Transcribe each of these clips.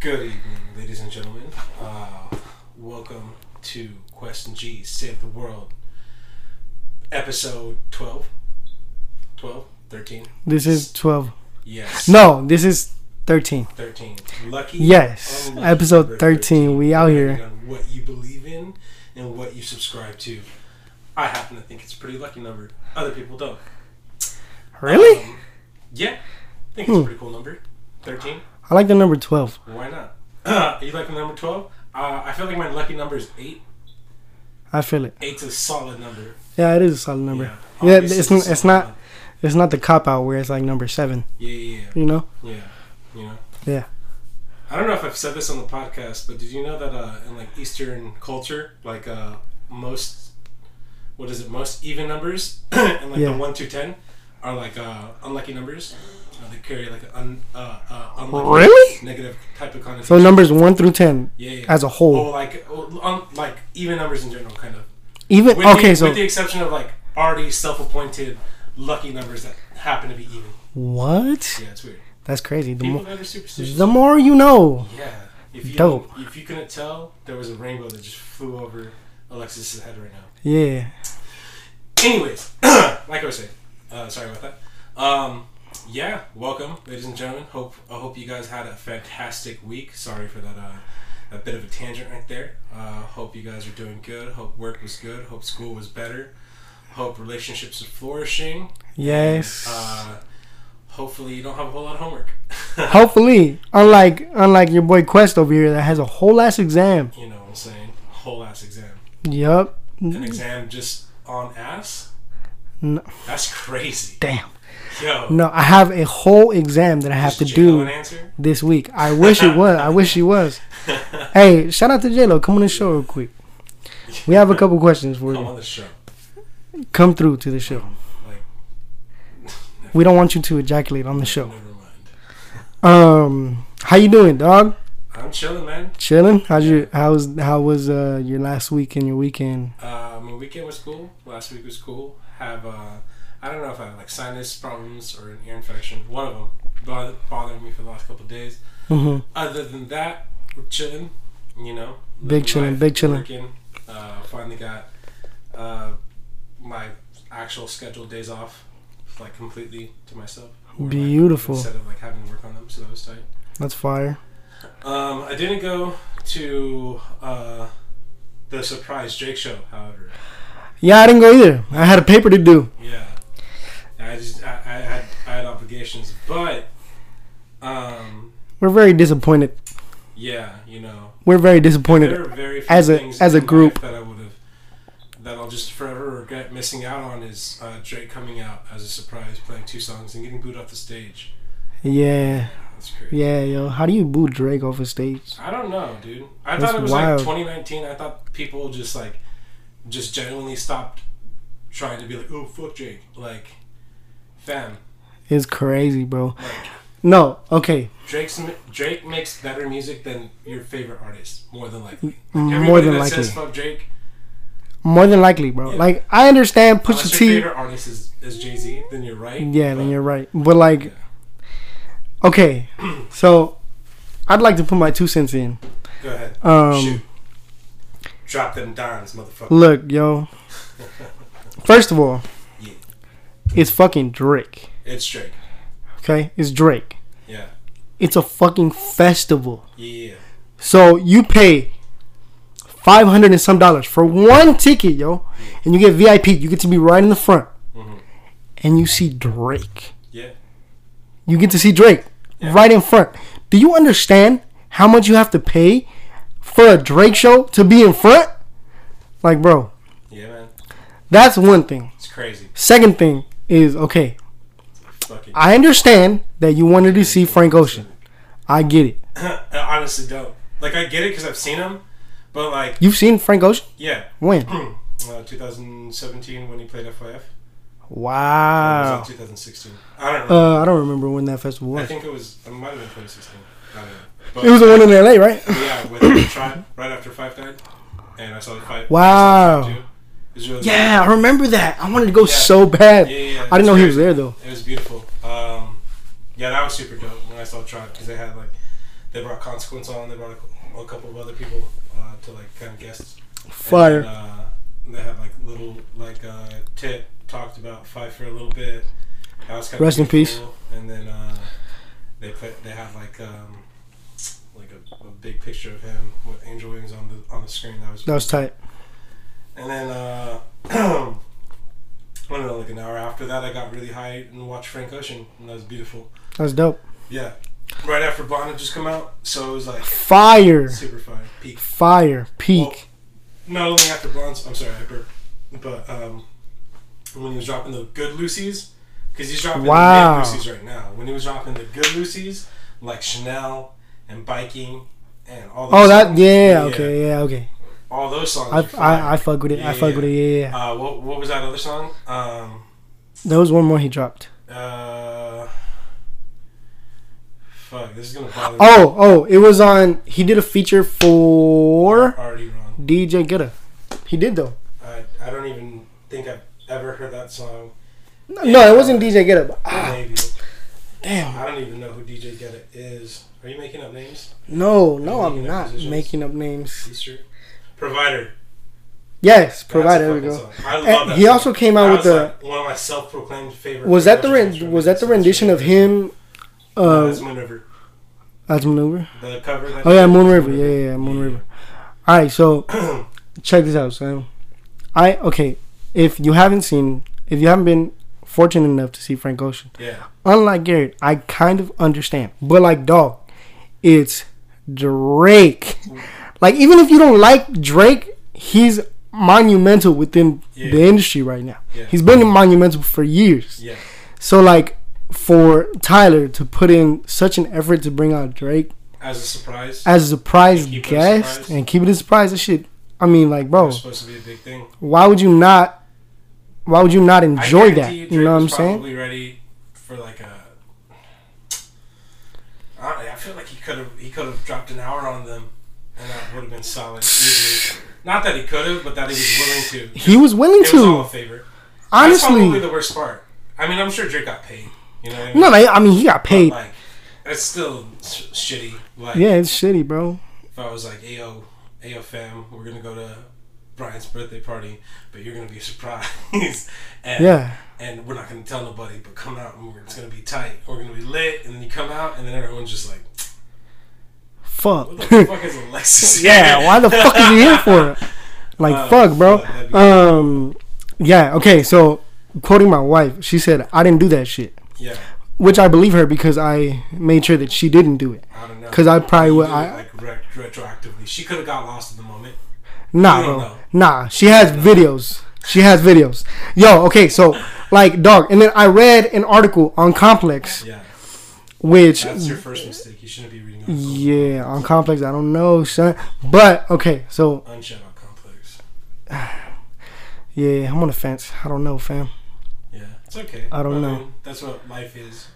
Good evening, ladies and gentlemen. Uh, welcome to Quest and G Save the World, episode 12. 12? 13? This is 12. Yes. No, this is 13. 13. Lucky? Yes, unlucky, number episode 13. We out Depending here. On what you believe in and what you subscribe to. I happen to think it's a pretty lucky number. Other people don't. Really? Um, yeah. I think it's a Hmm. pretty cool number. 13? I like the number 12. Why not? you like the number 12? Uh, I feel like my lucky number is 8. I feel it. Eight's a solid number. Yeah, it is a solid number. Yeah, Yeah, obviously it's n- a it's solid not- number. It's not the cop out where it's like number 7, Yeah, yeah, yeah, you know? yeah. You know. Yeah. I don't know if I've said this on the podcast, but did you know that uh, in like Eastern culture, like uh, most, what is it? Most even numbers, and like Yeah. the one through ten, are like uh, unlucky numbers. Uh, they carry like an un, uh, uh, unlucky Really? negative type of connotation. So numbers 1 through 10 yeah, yeah. as a whole. Oh, like oh, um, like even numbers in general, kind of. Even With okay, the, so with the exception of like already self-appointed lucky numbers that happen to be even. what? Yeah, it's weird. That's crazy. The People more that are superstitious. the more you know. Yeah. If you Dope. if you couldn't tell, there was a rainbow that just flew over Alexis's head right now. Yeah. Anyways, like I was saying, uh, sorry about that. Um, yeah, welcome, ladies and gentlemen. Hope I hope you guys had a fantastic week. Sorry for that. Uh, a bit of a tangent right there. Uh, hope you guys are doing good. Hope work was good. Hope school was better. Hope relationships are flourishing. Yes. Uh, hopefully, you don't have a whole lot of homework. Hopefully, unlike unlike your boy Quest over here that has a whole ass exam. you know what I'm saying? Whole ass exam. Yup. an exam just on ass? No. That's crazy. Damn. Yo. No, I have a whole exam that I have is to J-Lo An do answer? this week. I wish it was. I wish it was. Hey, shout out to JLo. Come on the show real quick. We have a couple questions for Come on you. the show. Come through to the show. Like, We don't want you to ejaculate on the show. never mind. Um, how you doing, dog? I'm chilling, man. Chilling? How's your how's how was uh your last week and your weekend? Uh, my weekend was cool. Last week was cool. Have uh, I don't know if I have like sinus problems or an ear infection. One of them bother- bothering me for the last couple of days. hmm Other than that, we're chilling. You know, Big living chilling, big chilling. Working. Uh, finally got uh, my actual scheduled days off, like completely to myself. or, like, Beautiful. instead of like having to work on them, so that was tight. That's fire. Um, I didn't go to uh, the surprise Drake show, however. Yeah, I didn't go either. I had a paper to do. Yeah, I just I, I had I had obligations, but um, We're very disappointed. yeah, you know. We're very There disappointed. are very few As a- things as a in life group. that I would have that I'll just forever regret missing out on is uh, Drake coming out as a surprise, playing two songs and getting booed off the stage. Yeah, That's crazy. yeah, yo. How do you boo Drake off a stage? I don't know, dude. I That's thought it was wild. like 2019. I thought people just like just genuinely stopped trying to be like, "Oh fuck Drake," like, fam, It's crazy, bro. like No, okay. Drake's m- Drake makes better music than your favorite artist, more than likely. Like, More everybody than that likely. says fuck Drake, More than likely, bro. Yeah. Like I understand Pusha unless your T. favorite artist is, is Jay Z, then you're right. Yeah, but- then you're right. But like, okay, so I'd like to put my two cents in. Go ahead. Um, Shoot. Drop them dimes, motherfucker. Look, yo. First of all, Yeah. it's fucking Drake. It's Drake. Okay, it's Drake. Yeah. It's a fucking festival. Yeah. So you pay five hundred and some dollars for one ticket, yo, and you get VIP. You get to be right in the front, Mhm. and you see Drake. Yeah. You get to see Drake Yeah. right in front. Do you understand how much you have to pay for a Drake show to be in front? Like, bro, Yeah, man. that's one thing. It's crazy. Second thing is okay, Fucking. I understand that you wanted to see Frank Ocean. I get it. I honestly don't. Like, I get it because I've seen him, but, like, You've seen Frank Ocean? yeah. When? uh, 2017 when he played FYF. It Wow. was in 2016. I don't know. Uh, I don't remember when that festival I was. It think it was, it might have been 2016. I don't know. But, was the one in LA, right? yeah, with the tribe, right after Five died. And I saw the fight. Wow. I saw Tribe too. was really Yeah, I remember that. I wanted to go Yeah. so bad. Yeah, yeah, yeah. I didn't know he was That's there though. It was beautiful. Um, yeah, that was super dope when I saw Trot because they had like they brought Consequence on, they brought a, cou- a couple of other people uh, to like kind of guests. Fire. And, uh, they had like little like uh, Tit talked about Fight for a little bit. That was kind Rest in of peace. And then uh, they put they had like um, like a, a big picture of him with angel wings on the on the screen. That was That was tight. and then, uh, I don't know, like an hour after that, I got really high and watched Frank Ocean, and that was beautiful. That was dope. Yeah. Right after Blonde had just come out, so it was like Fire. super fire, peak. Fire. Peak. Not only after Blonde's, I'm sorry, I burped, but um, when he was dropping the Good Lucy's, because he's dropping Wow. the Mid Lucy's right now. When he was dropping the Good Lucy's, like Chanel and Biking and all those Oh, that. songs. Yeah. Okay. Yeah. Okay. All those songs. I are fire. I, I fuck with it. Yeah, I fuck with it. Yeah, yeah. yeah. uh, what, what was that other song? Um, There was one more he dropped. Uh, fuck, this is gonna bother me. Oh, oh, it was on. He did a feature for already wrong. DJ Getta. He did though. I, I don't even think I've ever heard that song. No, no, it wasn't DJ Getta. but- Ah, Maybe damn. I don't even know who DJ Get It is. Are you making up names? No, no, You're I'm making up not positions. making up names. Easter Provider. Yes, That's provider. a There we fucking go. song. I love And that. he song. also came That out with was, the. like, one of my self-proclaimed favorite. Was that the ren- was that the rendition of him? Uh, Uh, that's Moon River. that's Moon River. The cover. that Oh yeah, he did Moon was River. Yeah, yeah, yeah Moon River. All right, so check this out, Sam. I okay. If you haven't seen, if you haven't been fortunate enough to see Frank Ocean, Yeah. unlike Garrett, I kind of understand. But like dog, it's Drake. Like even if you don't like Drake, he's monumental within Yeah. the industry right now. Yeah. He's been monumental for years. Yeah. So like for Tyler to put in such an effort to bring out Drake As a surprise. as a surprise And keep it a guest surprise. and keep it a surprise, that shit I mean like it bro, was supposed to be a big thing. why would you not why would you not I enjoy guarantee that? You, You know what I'm saying? Probably ready for like a. I, I feel like he could have he could have dropped an hour on them, and that would have been solid. Easily. Not that he could have, but that he was willing to. He was willing It was all a to. favor. that's Honestly. probably the worst part. I mean, I'm sure Drake got paid. You know, what I mean? No, like, I mean he got paid. like that's still sh- shitty. Oh, Like, Yeah, it's shitty, bro. if I was like, "Ayo, ayo, fam, we're gonna go to Brian's birthday party, but you're gonna be surprised." and Yeah. and we're not gonna tell nobody, but come out and we're, it's gonna be tight. We're gonna be lit, and then you come out, and then everyone's just like, Fuck. "What the fuck is Alexis?" here?" yeah, why the fuck is he here for? Like Uh, fuck, bro. yeah, that'd be- Um yeah, okay, so quoting my wife, she said, I didn't do that shit. yeah, Which I believe her because I made sure that she didn't do it. I don't know. 'Cause I probably You would- did it, I- like re- retroactively. She could have got lost in the moment. Nah, You don't bro. know. Nah, she has videos. She has videos. Yo, okay, so like dog, and then I read an article on Complex, Yeah, which that's your first mistake. You shouldn't be reading articles. yeah, on Complex, I don't know, son. But okay, so Unshut out complex. yeah, I'm on the fence. I don't know, fam. Yeah, it's okay. I don't know. mean, that's what life is.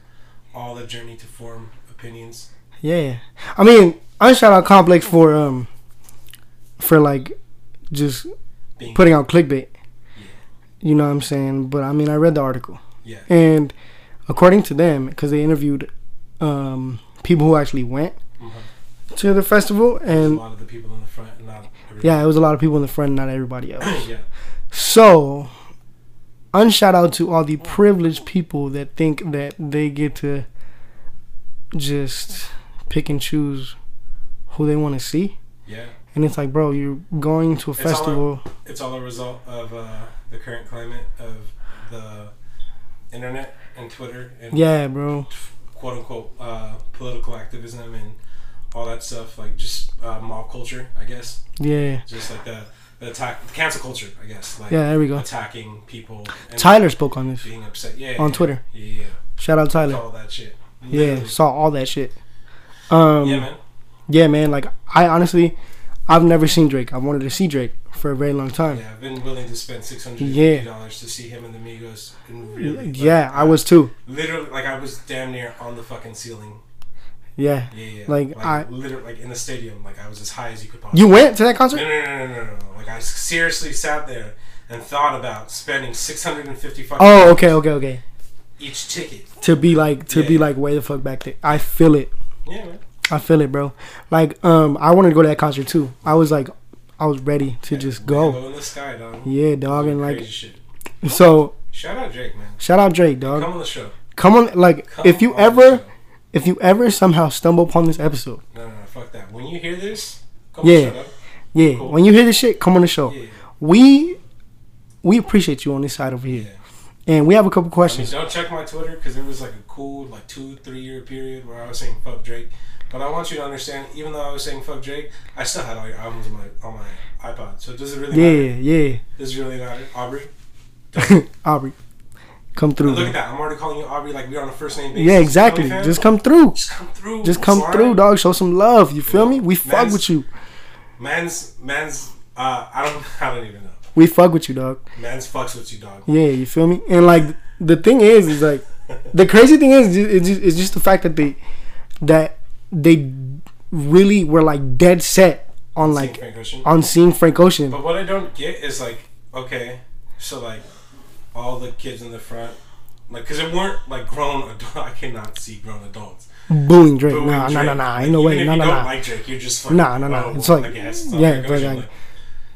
All the journey to form opinions. Yeah, I mean, I shout out Complex for um, for like, just Being putting out clickbait. You know what I'm saying? But I mean, I read the article, yeah, and according to them, because they interviewed um people who actually went Mhm. to the festival, a and lot of the people in the front, and not everybody. yeah, it was a lot of people in the front, not everybody else. Yeah, yeah. So, unshout out to all the privileged people that think that they get to just pick and choose who they want to see. yeah. And it's like, bro, you're going to a It's all- festival. it's all a result of uh, the current climate of the internet and Twitter and Yeah, bro. quote unquote uh, political activism and all that stuff, like just uh, mob culture, I guess. Yeah. Just like the, the attack, the cancel culture, I guess. Like Yeah, there we go. attacking people and Tyler spoke on this being upset. Yeah. on yeah, Twitter. Yeah. Shout out yeah. Tyler. All that shit. Yeah, Literally. saw all that shit. Yeah, Um, man. yeah, man. Like, I honestly, I've never seen Drake. I wanted to see Drake for a very long time. Yeah, I've been willing to spend six hundred and Yeah. fifty dollars to see him and the Migos and really like, Yeah, I was too. literally like I was damn near on the fucking ceiling Yeah. Yeah, yeah. Like, I- literally like in the stadium, like I was as high as you could possibly. You went to that concert? No, no, no, no, no, no, no. Like I seriously sat there and thought about spending six hundred and fifty fucking Oh, okay, okay, okay. each ticket. To be like, to be Yeah. like, way the fuck back there. I feel it. Yeah, man. I feel it, bro. Like, um, I wanted to go to that concert too. I was like, I was ready to just go. Rainbow in the sky, dog. Yeah, dog, and Crazy like, shit. so Shout out Drake, man. shout out Drake, dog. Come on the show. Come on, like, Come if you on the ever, show. if you ever somehow stumble upon this episode, No, no, no, fuck that. When you hear this, come Yeah. on, shut up. yeah, Cool. when you hear this shit, come on the show. Yeah. We, we appreciate you on this side over here, and we have a couple I mean, questions. don't check my Twitter because there was like a cool, like two, three year period where I was saying fuck Drake. But I want you to understand, even though I was saying fuck Drake, I still had all your albums on my on my iPod. So does it really matter? Yeah, yeah. Does it really matter, Aubrey? Aubrey, come through. Look at man. that. I'm already calling you Aubrey like we're on a first name basis. Yeah, exactly. You know what I'm Just saying? come through. just come through. Just come Sorry. through, dog. Show some love. You feel Yeah. me? We fuck Man's- with you. Man's man's. Uh, I don't. I don't even know. We fuck with you, dog. Man's fucks with you, dog. Yeah, you feel me? And like the thing is, is like the crazy thing is, ju- it's just, it's just the fact that they that they really were like dead set on Same like Frank Ocean. on seeing Frank Ocean. But what I don't get is like, okay, so like, all the kids in the front, like, cause it weren't like grown adult. I cannot see grown adults. Booing Drake. Booing Nah, nah, Drake. nah, nah. Like, Ain't no even way. if Nah, you nah, don't nah. like Drake, you're just like, Nah, nah, nah. It's well, like- I guess, yeah, like, but I'm like-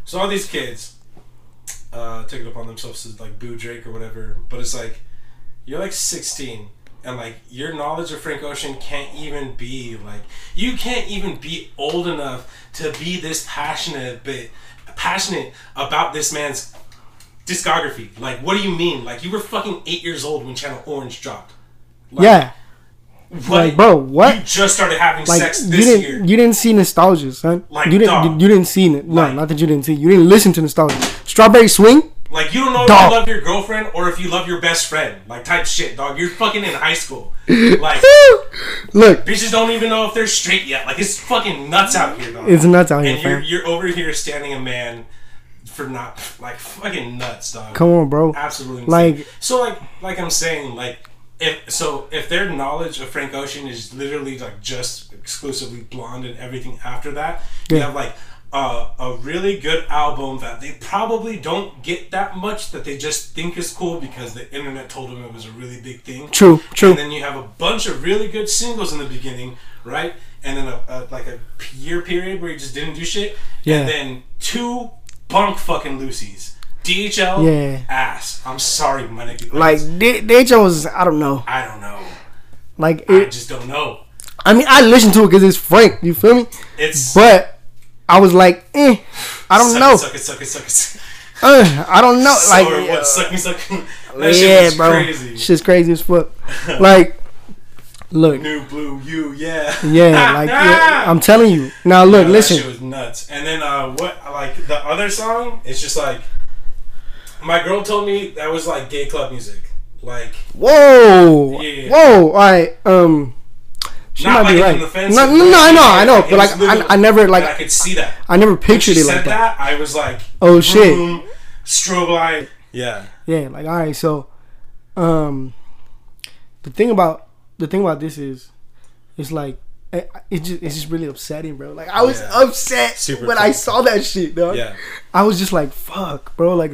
so all these kids uh, took it upon themselves to like boo Drake or whatever. But it's like, you're like 16. And like your knowledge of Frank Ocean can't even be like you can't even be old enough to be this passionate bit passionate about this man's discography. Like what do you mean? Like you were fucking eight years old when Channel Orange dropped. Like, Yeah, like, bro, what? You just started having like sex you this didn't year. you didn't see nostalgia, son. Like, you didn't dog. you didn't see it. No, Like- not that you didn't see. You didn't listen to nostalgia. Strawberry Swing. Like you don't know if Dog. you love your girlfriend or if you love your best friend. Like type shit, dog. You're fucking in high school. Like Look, bitches don't even know if they're straight yet. Like it's fucking nuts out here, dog. it's nuts out here, and you're fam. you're over here standing a man for not like fucking nuts, dog. Come on, bro. Absolutely. Like- insane. so, like like I'm saying, like if so, if their knowledge of Frank Ocean is literally like just exclusively blonde and everything after that, you Yeah. have like. Uh, a really good album that they probably don't get that much that they just think is cool because the internet told them it was a really big thing. True, true. And then you have a bunch of really good singles in the beginning, right? And then a, a like a p- year period where you just didn't do shit. Yeah. And then two bunk fucking Lucy's. DHL Yeah. ass. I'm sorry, my nigga. Like D- DJ was, I don't know. I don't know. Like I it, just don't know. I mean, I listened to it because it's Frank. You feel me? It's But I was like, eh, I don't suck know. It, suck it, suck it, suck it. Uh, I don't know. Like, Like, or yeah, what? Suck me, suck. me. that shit was bro, crazy. shit's crazy as fuck. like, look, New blue, you, yeah. Ah! yeah, like yeah, I'm telling you. Now look, Yeah, That shit listen. was nuts. And then uh, what? Like the other song, it's just like my girl told me that was like gay club music. Like Whoa, Yeah. whoa. All right, um, she not like might be in right. the fence. No, no, no, I know, I know, It but was like, I, literally- I never I like, could see that. I never She pictured it said like that. that. I was like, Oh shit. boom, strobe light. Yeah. Yeah, like all right, so um the thing about the thing about this is it's like it, it just it's just really upsetting, bro. Like I was Yeah. upset Super when I upsetting. saw that shit, dog. Yeah. I was just like, "Fuck, bro! Like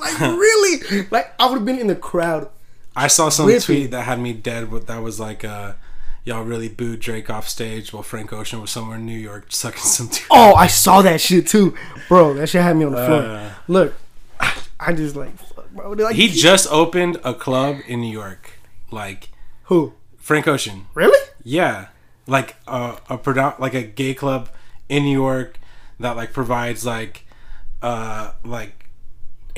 Like really? Like I would have been in the crowd." I saw some Ripping. tweet that had me dead. With that was like, uh, y'all really booed Drake off stage while Frank Ocean was somewhere in New York sucking some. T- Oh, I saw that shit too, bro. That shit had me on the floor. Uh. Look, I, I just like, fuck, bro. Like He just opened a club in New York. Like who? Frank Ocean. Really? Yeah, like a a produ- like a gay club in New York that like provides like uh like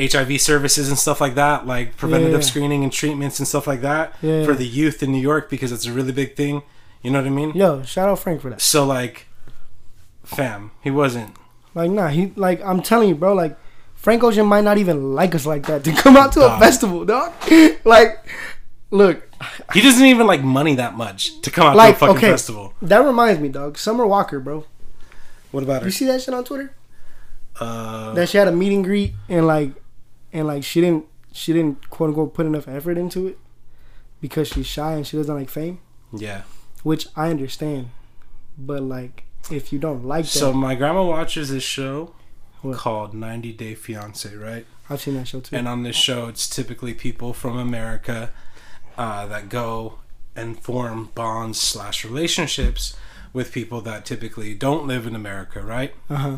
HIV services and stuff like that, like preventative Yeah. screening and treatments and stuff like that Yeah. for the youth in New York because it's a really big thing. You know what I mean? Yo, shout out Frank for that. So like, fam, he wasn't. Like nah, he like I'm telling you, bro. Like Frank Ocean might not even like us like that to come out to Dog. a festival, dog. like, look, He doesn't even like money that much to come out to like a fucking okay. festival. That reminds me, dog. Summer Walker, bro. What about You see that shit on Twitter? Uh, That she had a meet and greet and like, and like she didn't she didn't quote unquote put enough effort into it because she's shy and she doesn't like fame, yeah. which I understand. But like, if you don't like that, So my grandma watches this show. What? called 90 Day Fiance, right? I've seen that show too. And on this show, it's typically people from America uh, that go and form bonds slash relationships with people that typically don't live in America, right? Uh huh.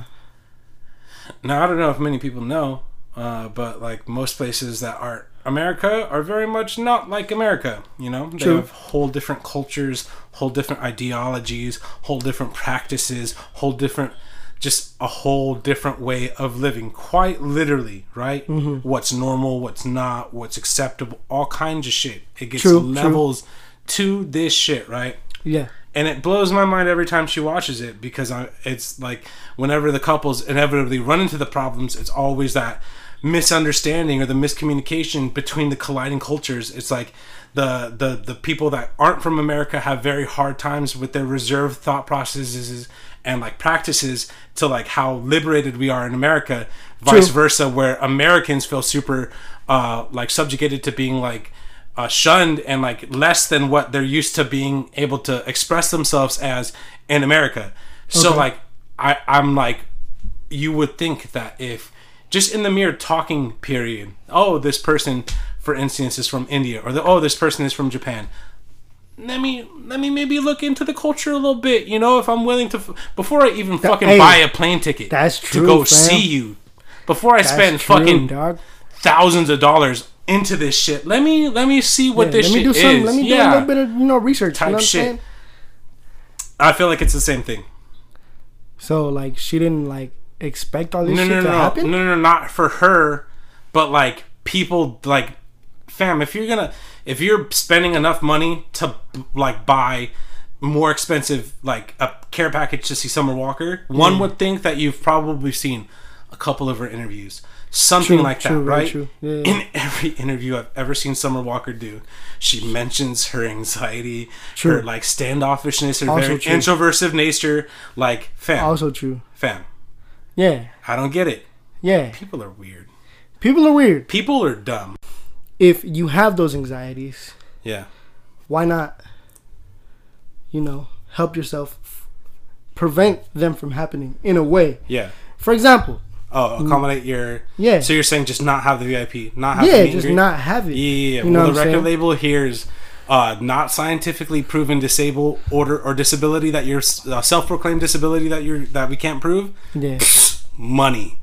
Now, I don't know if many people know, uh, but like most places that aren't America are very much not like America. You know, they True. have whole different cultures, whole different ideologies, whole different practices, whole different, just a whole different way of living. Quite literally, right? Mm-hmm. What's normal, what's not, what's acceptable, all kinds of shit. It gets True, true. levels to this shit, right? Yeah. and it blows my mind every time she watches it because I, it's like whenever the couples inevitably run into the problems, it's always that misunderstanding or the miscommunication between the colliding cultures. It's like the the the people that aren't from America have very hard times with their reserved thought processes and like practices to like how liberated we are in America, vice versa, where Americans feel super uh, like subjugated to being like uh, shunned and like less than what they're used to being able to express themselves as in America. So like I I'm like you would think that if just in the mere talking period, oh this person for instance is from India or the, oh this person is from Japan. Let me let me maybe look into the culture a little bit, you know, if I'm willing to f- before I even fucking hey, buy a plane ticket that's to true, go fam. see you. Before I spend That's true, fucking dog. thousands of dollars into this shit. Let me let me see what Yeah, this let me shit do some. is. Let me yeah. do a little bit of you know research. Type you know what I'm shit. saying? I feel like it's the same thing. So like she didn't like expect all this No, shit no, to no, no, happen. no, no, not for her, but like people, like fam. If you're gonna, if you're spending enough money to like buy more expensive like a care package to see Summer Walker, Hmm. one would think that you've probably seen a couple of her interviews, something True, like that, true, very right? true. Yeah, yeah. In every interview I've ever seen Summer Walker do, she mentions her anxiety, her True. like standoffishness, her Also very true. introversive nature. Like, fam, Also true. fam, Yeah, I don't get it. yeah. People are weird. People are weird. People are dumb. If you have those anxieties, Yeah. why not? You know, help yourself prevent them from happening in a way. Yeah. For example, Oh, accommodate your. Mm. yeah, So you're saying just not have the VIP, not have the yeah, meet and just greet? not have it. Yeah, yeah, yeah. You know well, what the I'm record saying? label here is uh, not scientifically proven disable order or disability that your uh, self-proclaimed disability that you're that we can't prove. Yeah. Money.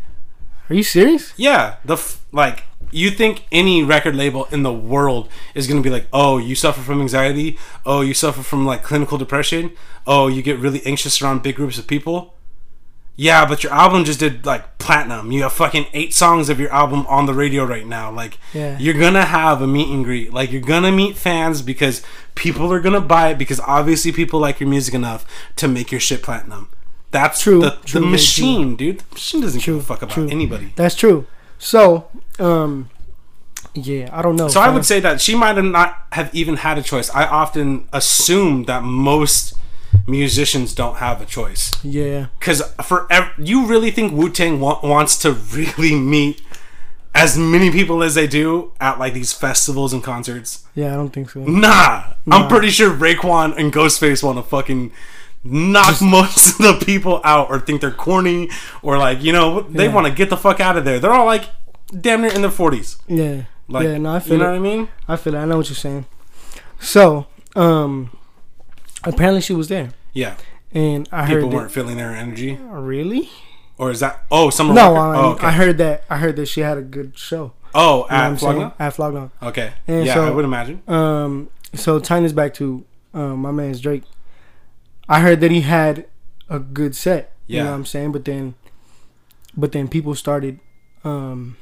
Are you serious? Yeah. The f- like you think any record label in the world is going to be like, "Oh, you suffer from anxiety? Oh, you suffer from like clinical depression? Oh, you get really anxious around big groups of people?" Yeah, but your album just did like platinum. You have fucking eight songs of your album on the radio right now. Like, Yeah. you're gonna have a meet and greet. Like, you're gonna meet fans because people are gonna buy it because obviously people like your music enough to make your shit platinum. That's True, The, the true, very machine, dude. The machine doesn't give a fuck about true. anybody. That's true. So, um, yeah, I don't know. So I would fam. say that she might have not have even had a choice. I often assume that most musicians don't have a choice yeah, because for ev- you really think Wu Tang wa- wants to really meet as many people as they do at like these festivals and concerts. yeah, I don't think Mm, so. Nah, I'm pretty sure Raekwon and Ghostface want to fucking knock most of the people out or think they're corny or like you know they Yeah. want to get the fuck out of there. They're all like damn near in their 40s. Yeah, Like, yeah, no, I feel you know it. what I mean? I feel it. I know what you're saying. So, um, apparently she was there, Yeah. and I people heard that, Oh, weren't feeling their energy, really. or is that oh summer? No, Walker? I, oh, okay. I heard that. I heard that she had a good show. oh You know what at I'm saying? Flagna? At Flogna. Okay, And yeah, so- I would imagine. Um, so tying this back to um, my man's Drake, I heard that he had a good set. You know Yeah. what I'm saying? But then, but then people started. Um,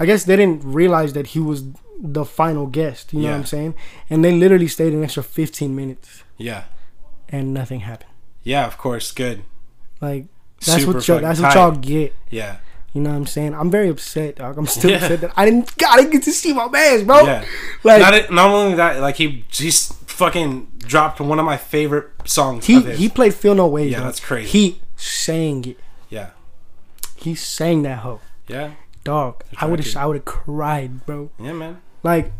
I guess they didn't realize that he was the final guest. You know Yeah. what I'm saying? And they literally stayed an extra 15 minutes, Yeah, and nothing happened. yeah, of course, good. Like that's Super what y'all, fucking that's what tight. y'all get. Yeah, You know what I'm saying? I'm very upset, dog. I'm still Yeah. upset that I didn't, God, I didn't get to see my man's, bro. yeah. Like not it- not only that, like he just fucking dropped one of my favorite songs. He of his. he played Feel No Way. Yeah, dog. that's crazy. He sang it. yeah, He sang that hoe. yeah, Dog, I right, would have dude. I would have cried, bro. yeah, man. Like,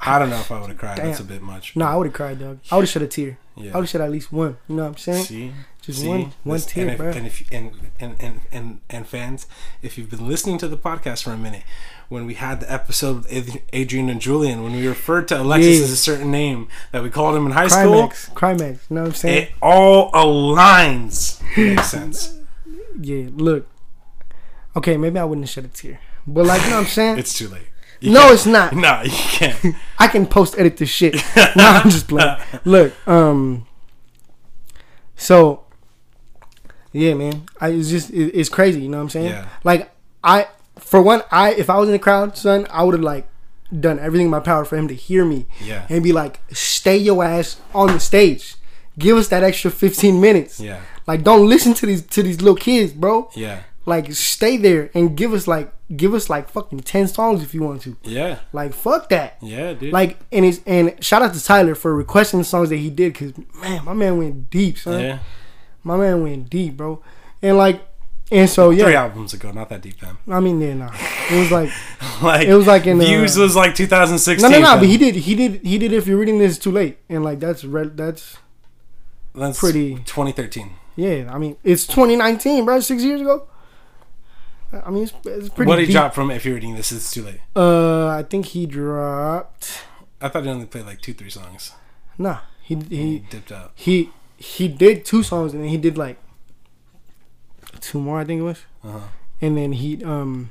I don't know if I would have cried. That's a Damn. bit much. no, I would have cried, dog. I would have shed a tear. I yeah. would have shed at least one. You know what I'm saying? See, Just one one This- tip, and if, bro. And, if, and, and, and, and, and fans, if you've been listening to the podcast for a minute, when we had the episode with Ad- Adrian and Julian, when we referred to Alexis Yeah. as a certain name that we called him in high school, Crimex, Crimex. You know what I'm saying? it all aligns. Makes sense. Eh. yeah. Look. Okay, maybe I wouldn't shed a tear, but like you know what I'm saying. It's too late. You no, can't- it's not. No, you can't. I can post edit this shit. no, I'm just playing. Look, um, so yeah, man, I it's just it, it's crazy. You know what I'm saying? Yeah. Like I, for one, I if I was in the crowd, son, I would have like done everything in my power for him to hear me Yeah. and be like, stay your ass on the stage. Give us that extra 15 minutes. Yeah. Like, don't listen to these to these little kids, bro. Yeah. Like, stay there and give us like give us like fucking 10 songs if you want to. Yeah. Like, fuck that. Yeah, dude. Like and it's and shout out to Tyler for requesting the songs that he did because man, my man went deep, son. yeah. My man went deep, bro. And like and so Three yeah, albums ago, not that deep, fam. I mean yeah, nah. It was like Like It was like in, views uh, was like 2016. no no no, fam. but he did he did he did. If you're reading this, too late. And like that's re- that's That's pretty- 2013. yeah. I mean it's 2019, bro. Six years ago. I mean it's, it's pretty. what did he deep. drop from? If you're reading this, it's too late. Uh, I think he dropped. I thought he only played like two, three songs. Nah, he He he dipped out. he he did two songs and then he did like two more. I think it was. Uh-huh. and then he um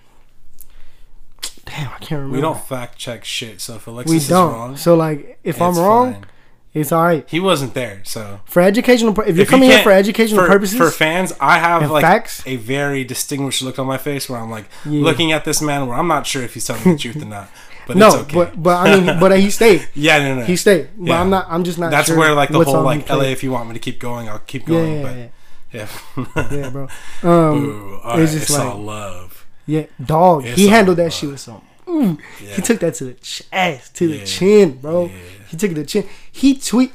damn i can't remember We don't fact check shit, so if Alexis we is don't wrong, so like if i'm it's wrong fine. it's all right he wasn't there. So for educational pur- if you're If you coming here can't- for educational for, purposes for fans, I have and like facts a very distinguished look on my face where I'm like Yeah. looking at this man where I'm not sure if he's telling me the truth or not. But no it's okay. but but i mean but he stayed yeah, no, no, no. he stayed but Yeah. i'm not i'm just not That's sure where like the what whole song he like LA. played. If you want me to keep going, I'll keep yeah going. yeah, but yeah, Yeah. yeah, bro um Ooh, all right, just it's like- all love. yeah dog It's he handled all that right. shit with some Yeah. he took that to the chest to Yeah. the chin bro Yeah. he took it to the chin he tweet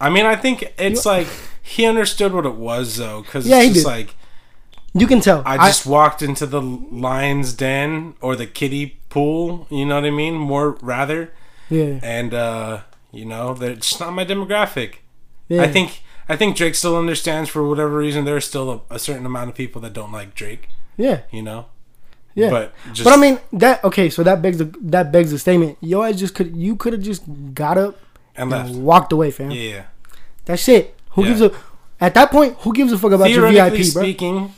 I mean, I think it's like he understood what it was though, because Yeah, it's he just did. like you can tell I just walked into the lion's den or the kiddie pool. You know what I mean? More rather, yeah, and uh, you know, they're just not my demographic. yeah I think I think Drake still understands for whatever reason. There's still a, a certain amount of people that don't like Drake. yeah You know. yeah But just, but I mean that okay, so that begs the that begs the statement. Yo, I just could you could have just got up and and left. walked away, fam. Yeah. yeah. That's it. Who Yeah. gives a at that point? Who gives a fuck about your theoretically VIP, bro? speaking,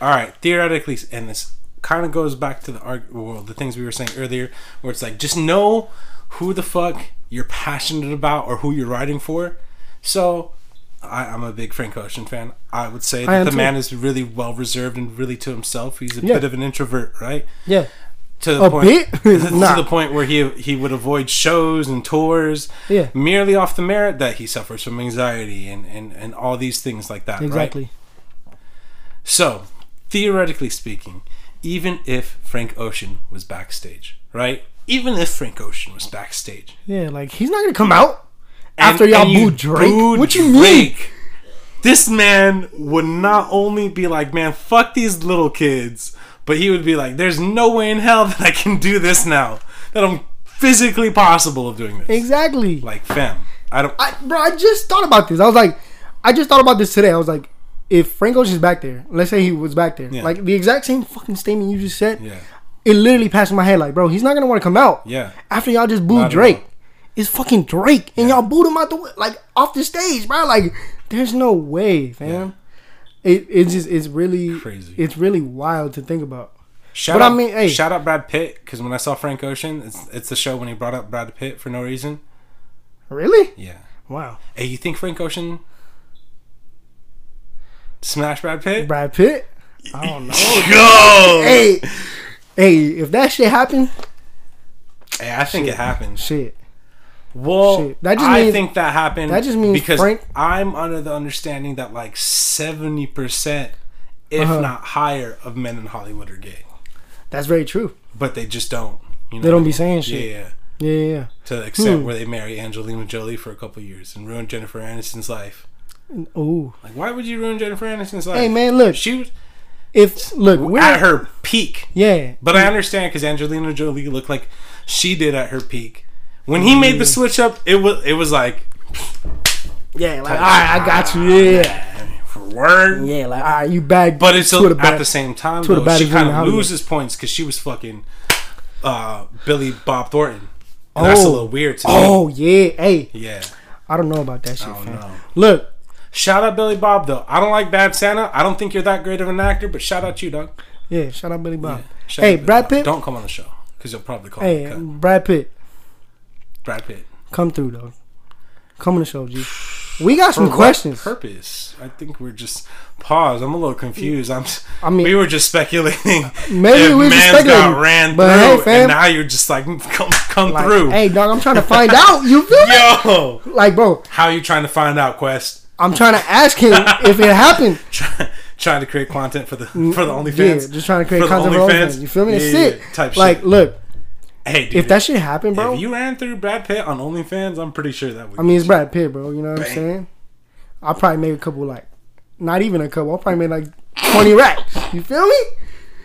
all right, theoretically, and this kind of goes back to the art world, the things we were saying earlier, where it's like just know who the fuck you're passionate about or who you're writing for. So, I, I'm a big Frank Ocean fan. I would say I am that the too. man is really well reserved and really to himself. He's a Yeah. bit of an introvert, right? Yeah, To the A point, bit? Nah. to the point where he he would avoid shows and tours yeah, merely off the merit that he suffers from anxiety and, and, and all these things like that. Right? exactly. So, theoretically speaking, even if Frank Ocean was backstage, right? Even if Frank Ocean was backstage, Yeah, like he's not gonna come out and- after y'all and you boo Drake. booed what you mean? Drake, This man would not only be like, "Man, fuck these little kids," but he would be like, "There's no way in hell that I can do this now. That I'm physically possible of doing this." Exactly, Like, fam, I don't. I, bro. I just thought about this. I was like, I just thought about this today. I was like, if Frank Ocean's back there, let's say he was back there, Yeah. like the exact same fucking statement you just said. yeah, It literally passed my head, like, bro, he's not gonna want to come out. yeah, after y'all just Not booed at Drake. all. It's fucking Drake, and y'all booed him out the wi- like off the stage, bro. Like, there's no way, fam. It it's just it's really Crazy. It's really wild to think about. Shout But I out, mean, hey. shout out Brad Pitt because when I saw Frank Ocean, it's it's the show when he brought up Brad Pitt for no reason. Really? Yeah. Wow. Hey, you think Frank Ocean smash Brad Pitt? Oh, Brad Pitt. I don't know. Go! Hey, hey, hey, if that shit happened, I think it happened. shit. Well, Shit. That just I means- think that happened. that just means because Frank- I'm under the understanding that like seventy percent, if Uh-huh. not higher, of men in Hollywood are gay, That's very true. but they just don't. You know They don't what be I saying mean? shit. Yeah, yeah. Yeah, yeah, yeah. To the extent Hmm. where they marry Angelina Jolie for a couple years and ruin Jennifer Aniston's life. Ooh. Like, why would you ruin Jennifer Aniston's life? Hey, man, look. she was If look, we're at her peak. Yeah, But I understand because Angelina Jolie looked like she did at her peak. When he made the Hmm. switch up, it was it was like yeah. Like, all right, I got you. Yeah, man, for word. Yeah, like all right, you bagged. But it's Twitter a, bag. at the same time, Twitter though, bad she is really kind of how you- loses points because she was fucking uh, Billy Bob Thornton. And That's a Oh. little weird to me. Oh yeah, hey, Yeah, I don't know about that shit, I don't fam. know. Look, Shout out Billy Bob though. I don't like Bad Santa. I don't think you're that great of an actor, but shout out you, Doug. yeah, shout out Billy Bob. Shout Hey, out Billy Brad Bob. Pitt? Don't come on the show because you'll probably call me Hey, um, a cunt. Brad Pitt, Brad Pitt. come through though. Come on the show, G. We got For some what questions. purpose? I think we're just pause. I'm a little confused. I'm. I mean- we were just speculating. Maybe if we were just man's got speculating. ran But hey, through, and fam. now you're just like come come Like, through. Hey, dog, I'm trying to find out. You feel me? Yo, Like, bro, how you trying to find out, Quest? I'm trying to ask him if it happened. Try, trying to create content for the for the Mm, Yeah, OnlyFans. just trying to create For the content for OnlyFans? OnlyFans. You feel me? That's Yeah, yeah, it. yeah. Type like, shit. look, hey, dude, if that shit happened, bro, if you ran through Brad Pitt on OnlyFans, I'm pretty sure that would. I mean, it's Brad Pitt, bro. You know what Bang. I'm saying? I probably made a couple, like, not even a couple. I probably made like 20 racks. You feel me?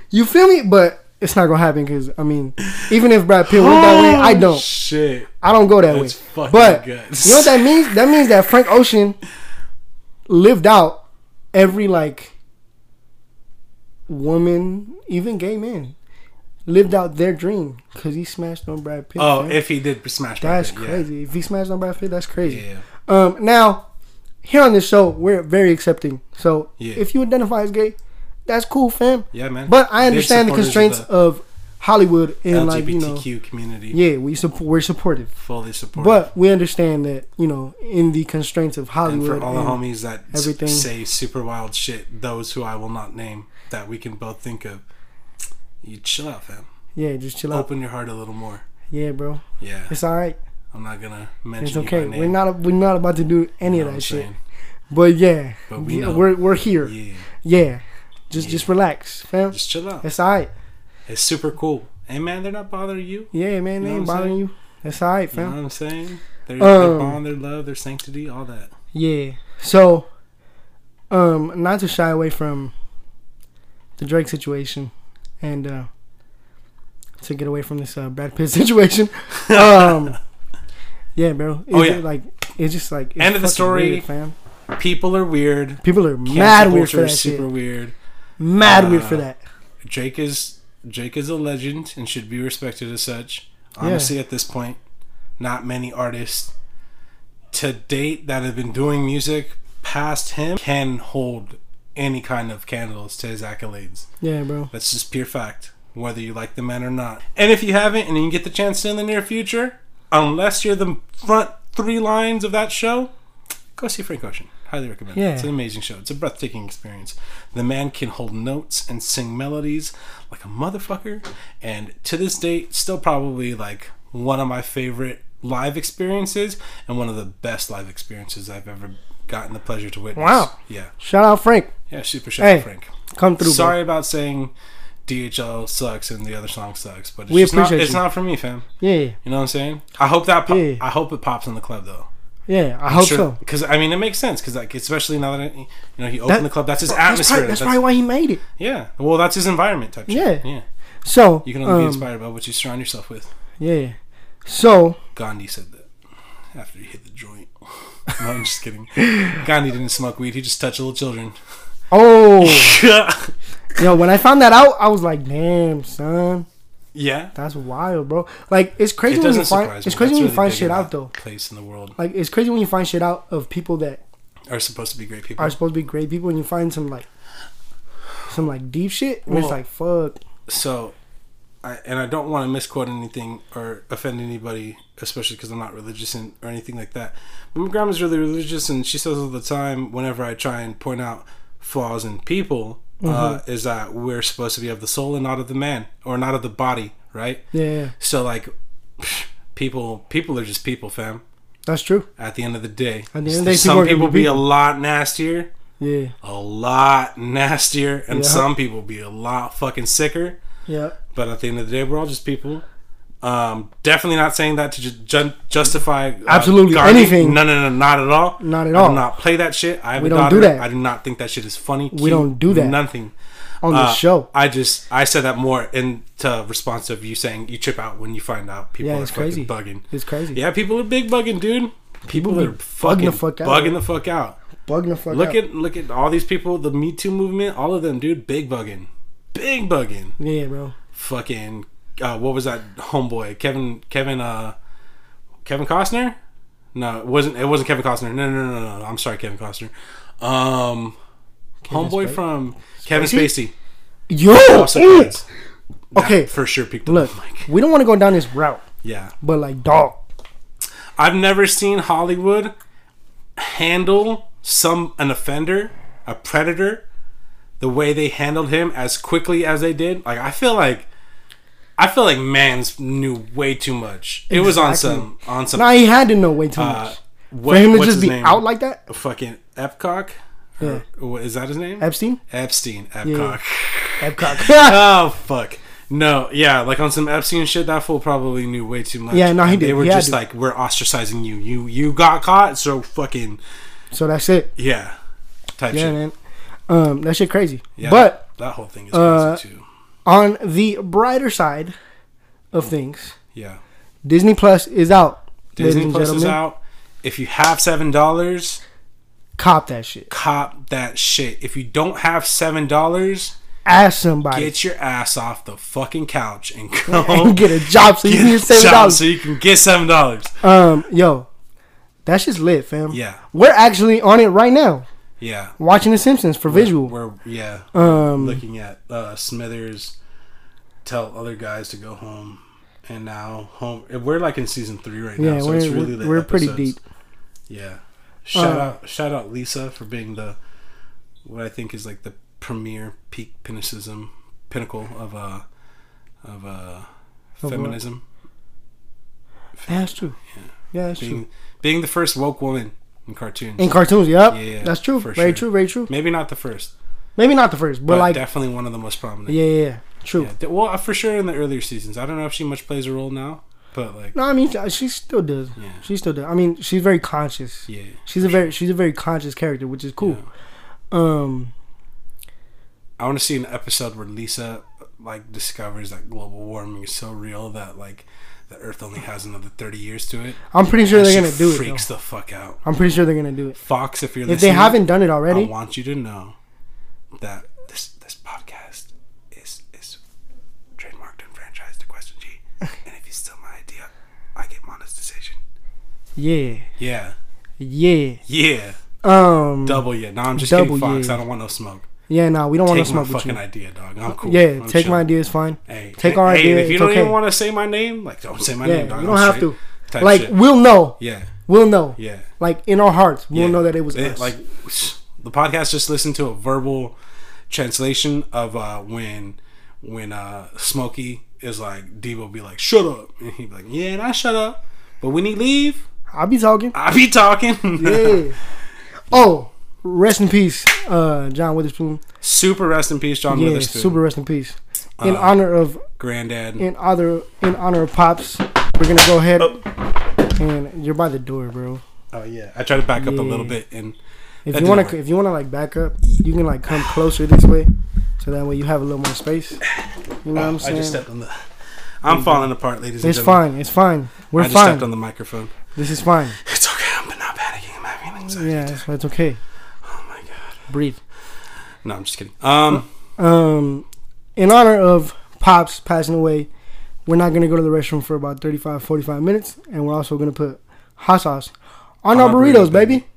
You feel me? But it's not gonna happen because I mean, even if Brad Pitt went that way, I Oh, don't. Shit. I don't go that That's way. fucking But good. you know what that means? That means that Frank Ocean lived out every like woman, even gay men, lived out their dream because he smashed on Brad Pitt. Oh, fam. if he did smash Brad that's Pitt, yeah. crazy. If he smashed on Brad Pitt, that's crazy. Yeah. Um, now, here on this show, we're very accepting. So Yeah. if you identify as gay, that's cool, fam. Yeah, man. But I Big understand supporters the of constraints the of Hollywood and like you know, LGBTQ community. yeah, we support, we're supportive. Fully support. But we understand that, you know, in the constraints of and Hollywood. for all the and- homies that s- everything. say super wild shit, those who I will not name, that we can both think of, you chill out, fam. yeah, just chill out. Open your heart a little more. Yeah, bro. Yeah, It's all right. I'm not gonna It's mention okay. you by name. We're not we're not about to do any you know what of I'm that shit. saying? But yeah. But we yeah, know. we're we're here. Yeah. Yeah, Just Yeah. just relax, fam. just chill out. It's all right. It's super cool. Hey, man, they're not bothering you. Yeah, man, You they know ain't what I'm bothering you. That's all right, You know what fam. I'm saying? Their, their Um, bond, their love, their sanctity, all that. Yeah. So um not to shy away from the Drake situation and uh to get away from this uh, Brad Pitt situation. um yeah bro Oh, It's yeah. like it's just like it's End of the fucking story. weird, fam People are weird. people are Cancel mad weird culture for that is super shit weird. mad weird Uh, for that Drake is Drake is a legend and should be respected as such. Honestly, at this point, not many artists to date that have been doing music past him can hold any kind of candles to his accolades. yeah bro That's just pure fact, whether you like the man or not. And if you haven't, and you get the chance to in the near future, unless you're the front three lines of that show, go see Frank Ocean. Highly recommend it. Yeah. It's an amazing show. It's a breathtaking experience. The man can hold notes and sing melodies like a motherfucker. And to this date, still probably like one of my favorite live experiences and one of the best live experiences I've ever gotten the pleasure to witness. Wow. Yeah. shout out Frank Yeah, super shout Hey. out Frank. come through Sorry about saying DHL sucks and the other song sucks, but it's We just not, appreciate it's you. not for me, fam. bro. yeah You know what I'm saying? I hope that pop, Yeah. I hope it pops in the club though. yeah I hope so Because I mean, it makes sense. Because like, especially now that you know he opened That- the club, that's his that's atmosphere. probably, that's probably why he made it yeah. Well, that's his environment type. Shit. Yeah. Yeah. so You can only be um, inspired by what you surround yourself with. yeah so Gandhi said that after he hit the joint. no, I'm just kidding. Gandhi didn't smoke weed. He just touched little children. oh yo when I found that out I was like damn son yeah. That's wild, bro. Like it's crazy It when you doesn't find surprise me. it's crazy That's when you really find big shit in that out though. Place in the world Like it's crazy when you find shit out of people that are supposed to be great people. are supposed to be great people, and you find some like some like deep shit, and it's Well- like fuck. so I, and I don't want to misquote anything or offend anybody, especially because I'm not religious and, or anything like that. But my grandma's really religious, and she says all the time, whenever I try and point out flaws in people, uh, Mm-hmm. is that we're supposed to be of the soul and not of the man, or not of the body, right? Yeah, So like, people, people are just people, fam. that's true. At the end of the day, At the end of the day, people some are gonna people be be a lot nastier, Yeah, a lot nastier, and Yeah. some people be a lot fucking sicker. yeah, But at the end of the day, we're all just people. Um, definitely not saying that to ju- ju- justify uh, Absolutely anything. No, no, no, not at all. Not at I all. do not play that shit. I have We a don't daughter. do that. I do not think that shit is funny. We don't do that. Nothing. on Uh, the show. I just I said that more in to response of you saying you trip out when you find out people Yeah, are it's fucking crazy. bugging. It's crazy. Yeah, people are big bugging, dude. People, be are fucking bugging the fuck out, bugging right? the fuck out. bugging the fuck Look out. at look at all these people, the Me Too movement, all of them, dude, big bugging, big bugging. yeah, bro. Fucking, uh, what was that homeboy? Kevin, Kevin, uh, Kevin Costner? No, it wasn't. It wasn't Kevin Costner. No, no, no, no. no. I'm sorry, Kevin Costner. Um, homeboy Spacey? from Kevin Spacey? Spacey. Yo, Also, ooh. Prince. That Okay. for sure picked up look, the mic. we don't want to go down this route, Yeah, but like, dog, I've never seen Hollywood handle some an offender, a predator, the way they handled him as quickly as they did. Like I feel like I feel like Mans knew way too much. It was on Exactly. some on some nah, he had to know way too uh, much what, for him to what's just his be name? out like that. fucking Epcock. Yeah. Or- what- Is that his name? Epstein, Epstein. Epcock. Epcot. oh fuck. No, yeah, like on some Epstein shit, that fool probably knew way too much. Yeah, no, he And They did. were He had just to. like, we're ostracizing you. You you got caught, so fucking so that's it. yeah, type Yeah, shit. man. Um, that shit crazy. Yeah, But that, that whole thing is crazy uh, too. on the brighter side of things, Yeah, Disney Plus is out. ladies Disney and Plus is gentlemen. out. If you have seven dollars, Cop that shit. cop that shit. If you don't have seven dollars, Ask somebody get your ass off the fucking couch and go and get a job so you get can a get seven job dollars. so you can get seven dollars. Um, yo, that shit's lit, fam. Yeah, We're actually on it right now, yeah. watching The Simpsons for visual. We're yeah. um, looking at uh, Smithers tell other guys to go home, and now home. We're like in season three right now, Yeah, so we're- it's really we're- lit we're pretty episodes. deep. Yeah, shout Uh, out shout out Lisa for being the what I think is like the premier peak pinnacism pinnacle of uh of uh what? feminism yeah, that's true. Yeah, that's true. being being the first woke woman in cartoons. In cartoons, yep, Yeah, yeah, that's true. for Very sure. true. Very true. Maybe not the first, Maybe not the first, but, but, like, definitely one of the most prominent. yeah, yeah, yeah, true. Yeah, th- well, for sure in the earlier seasons. I don't know if she much plays a role now, but like, No, I mean she still does. Yeah. She still does. I mean she's very conscious. yeah, She's a very she's a very conscious character, which is cool. Um, I want to see an episode where Lisa like discovers that global warming is so real that like the Earth only has another thirty years to it. I'm pretty sure And they're she gonna do it. though. Freaks the fuck out, I'm pretty sure they're gonna do it. Fox. If you're If they listening, haven't done it I already, want you to know that this this podcast is is trademarked and franchised to Question G, and if you steal my idea, I get monetization. yeah, Yeah, yeah. yeah, Um, double yeah. No, I'm just Double kidding, Fox. yeah. I don't want no smoke. yeah, no, we don't want to take my smoke with fucking you. idea, dog. I'm cool. Yeah, I'm take chill. my idea. It's fine. Hey, Take hey, our hey, idea, If you it's don't okay. even want to say my name, like don't say my Yeah, name, dog. you I'm don't have straight. to. Type Like shit. we'll know, yeah, we'll know. yeah. Like in our hearts, we'll yeah. know that it was They- us. Like the podcast just listened to a verbal translation of uh, when when uh, Smokey is like Debo be like shut up, and he be like yeah, and I shut up, but when he leave, I'll be talking. I be talking. Yeah. oh, rest in peace, uh, John Witherspoon. super rest in peace, John Yeah, Witherspoon, super rest in peace. In Uh, honor of granddad. in honor in honor of pops, we're gonna go ahead and you're by the door, bro. oh yeah, I tried to back up a Yeah. little bit and. If That you didn't wanna work. if you wanna like back up, you can like come closer this way, so that way you have a little more space. You know what Ah, I'm I just saying? stepped on the. I'm falling apart, ladies and It's gentlemen. fine. It's fine. We're I just fine. stepped on the microphone. This is fine. It's okay. I'm not panicking. I'm having anxiety. Yeah, that's, that's okay. Oh my god. Breathe. No, I'm just kidding. Um. Um, in honor of Pops passing away, we're not going to go to the restroom for about 35, 45 minutes. And we're also going to put hot sauce on our burritos, baby.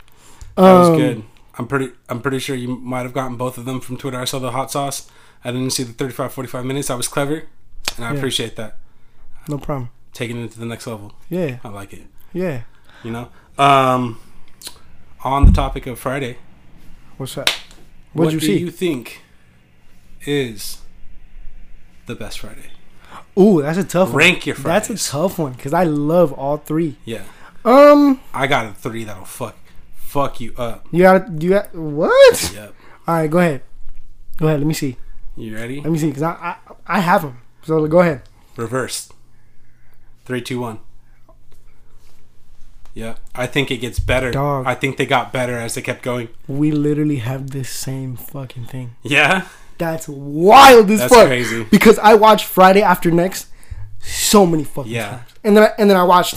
That Um, was good. I'm pretty. I'm pretty sure you might have gotten both of them from Twitter. I saw the hot sauce. I didn't see the 35, 45 minutes. I was clever, and I Yeah. appreciate that. No problem. Taking it to the next level. Yeah, I like it. yeah. You know. Um. On the topic of Friday, What's up? What'd what you do see? you think is the best Friday? Ooh, that's a tough one. Rank your Fridays. That's a tough one because I love all three. yeah. Um, I got a three that'll fuck fuck you up. you got you got what? Yep. All right, go ahead. Go ahead. Let me see. You ready? Let me see because I, I I have them. So go ahead. Reverse. Three, two, one. Yeah, I think it gets better. Dog. I think they got better as they kept going. We literally have the same fucking thing. Yeah, That's wild as that's fuck. crazy. because I watched Friday After Next so many fucking Yeah. times, and then I, and then I watched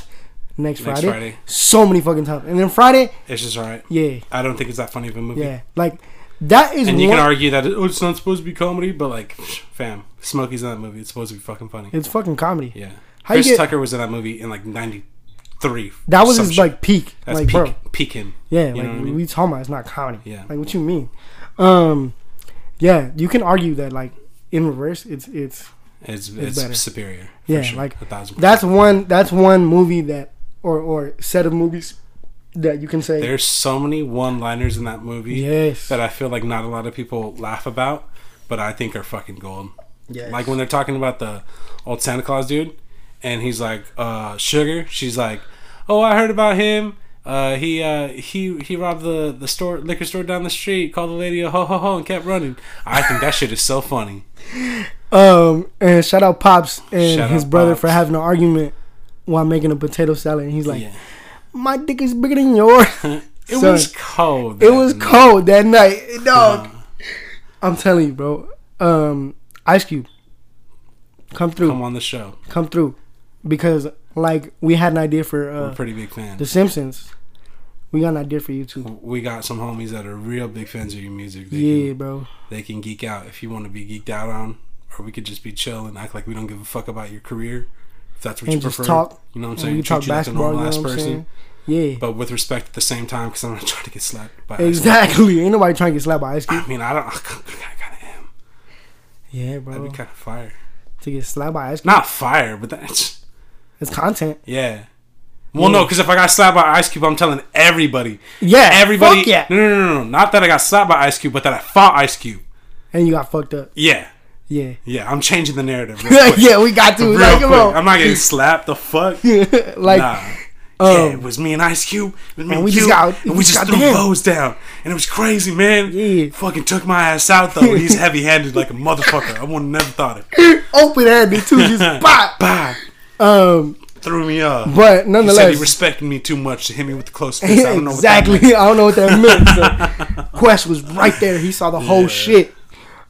Next next, Friday. Friday. So many fucking topics. And then Friday, It's just alright. yeah, I don't think it's that funny of a movie. yeah. Like, that is And one. you can argue that oh, it's not supposed to be comedy, but like, psh, fam, Smokey's in that movie. It's supposed to be fucking funny. it's fucking comedy. Yeah. How you Chris get- Tucker was in that movie in like '93. That was his, like, peak. That's like, peak, bro. peak him. You Yeah, know like, what I mean? we talking about it's not comedy. Yeah. Like, what you mean? Um, yeah, you can argue that, like, in reverse, it's, it's, It's It's it's, better. superior. for Yeah, sure. like, a thousand. that's That's one, that's one movie that, or, or set of movies that you can say, there's so many one-liners in that movie yes. that I feel like not a lot of people laugh about, but I think are fucking gold. yes. Like when they're talking about the old Santa Claus dude, and he's like, uh, "Sugar." She's like, "Oh, I heard about him. Uh, he uh, he he robbed the the store liquor store down the street. Called the lady a ho ho ho and kept running." I think that shit is so funny. Um, and shout out Pops and Shout his out brother for Pops. having an argument while making a potato salad. And he's like, yeah. "My dick is bigger than yours." It Son, was cold. It that was night. cold that night, dog. I'm telling you, bro. Um, Ice Cube, come through, Come on the show. come through, because like we had an idea for We're uh, pretty big fans. The Simpsons. We got an idea for you too. we got some homies that are real big fans of your music. They, Yeah, can, bro. they can geek out if you want to be geeked out on, or we could just be chill and act like we don't give a fuck about your career. If that's what And you just prefer, talk. you know what I'm And saying. we Treat talk you like a basketball. You know normal-ass what I'm saying? Yeah, but with respect at the same time, because I'm not trying to get slapped by. exactly. Ain't nobody trying to get slapped by Ice Cube. I mean, I don't. I kind of am. Yeah, That'd bro. be kind of fire. To get slapped by Ice Cube, Not fire, but that's it's content. yeah. Well, no, because if I got slapped by Ice Cube, I'm telling everybody. Yeah, Everybody. Fuck yeah. No, no, no, no. Not that I got slapped by Ice Cube, but that I fought Ice Cube. And you got fucked up. Yeah. Yeah. Yeah, I'm changing the narrative. Real quick. yeah, we got to. Real like, quick. come on. I'm not getting slapped. The fuck? like, oh. nah. yeah, it was me and Ice Cube. It was me and we we just Cube, got- and we we just just got threw down. bows down, and it was crazy, man. Yeah. fucking took my ass out though. and He's heavy handed like a motherfucker. I would never thought it. open handed too, just pop. Bah, Um, threw me up. but he said he nonetheless, respected me too much to hit me with the close fist. I don't know exactly. I don't know what that meant. So Quest was right there. He saw the whole Yeah. shit. What that meant.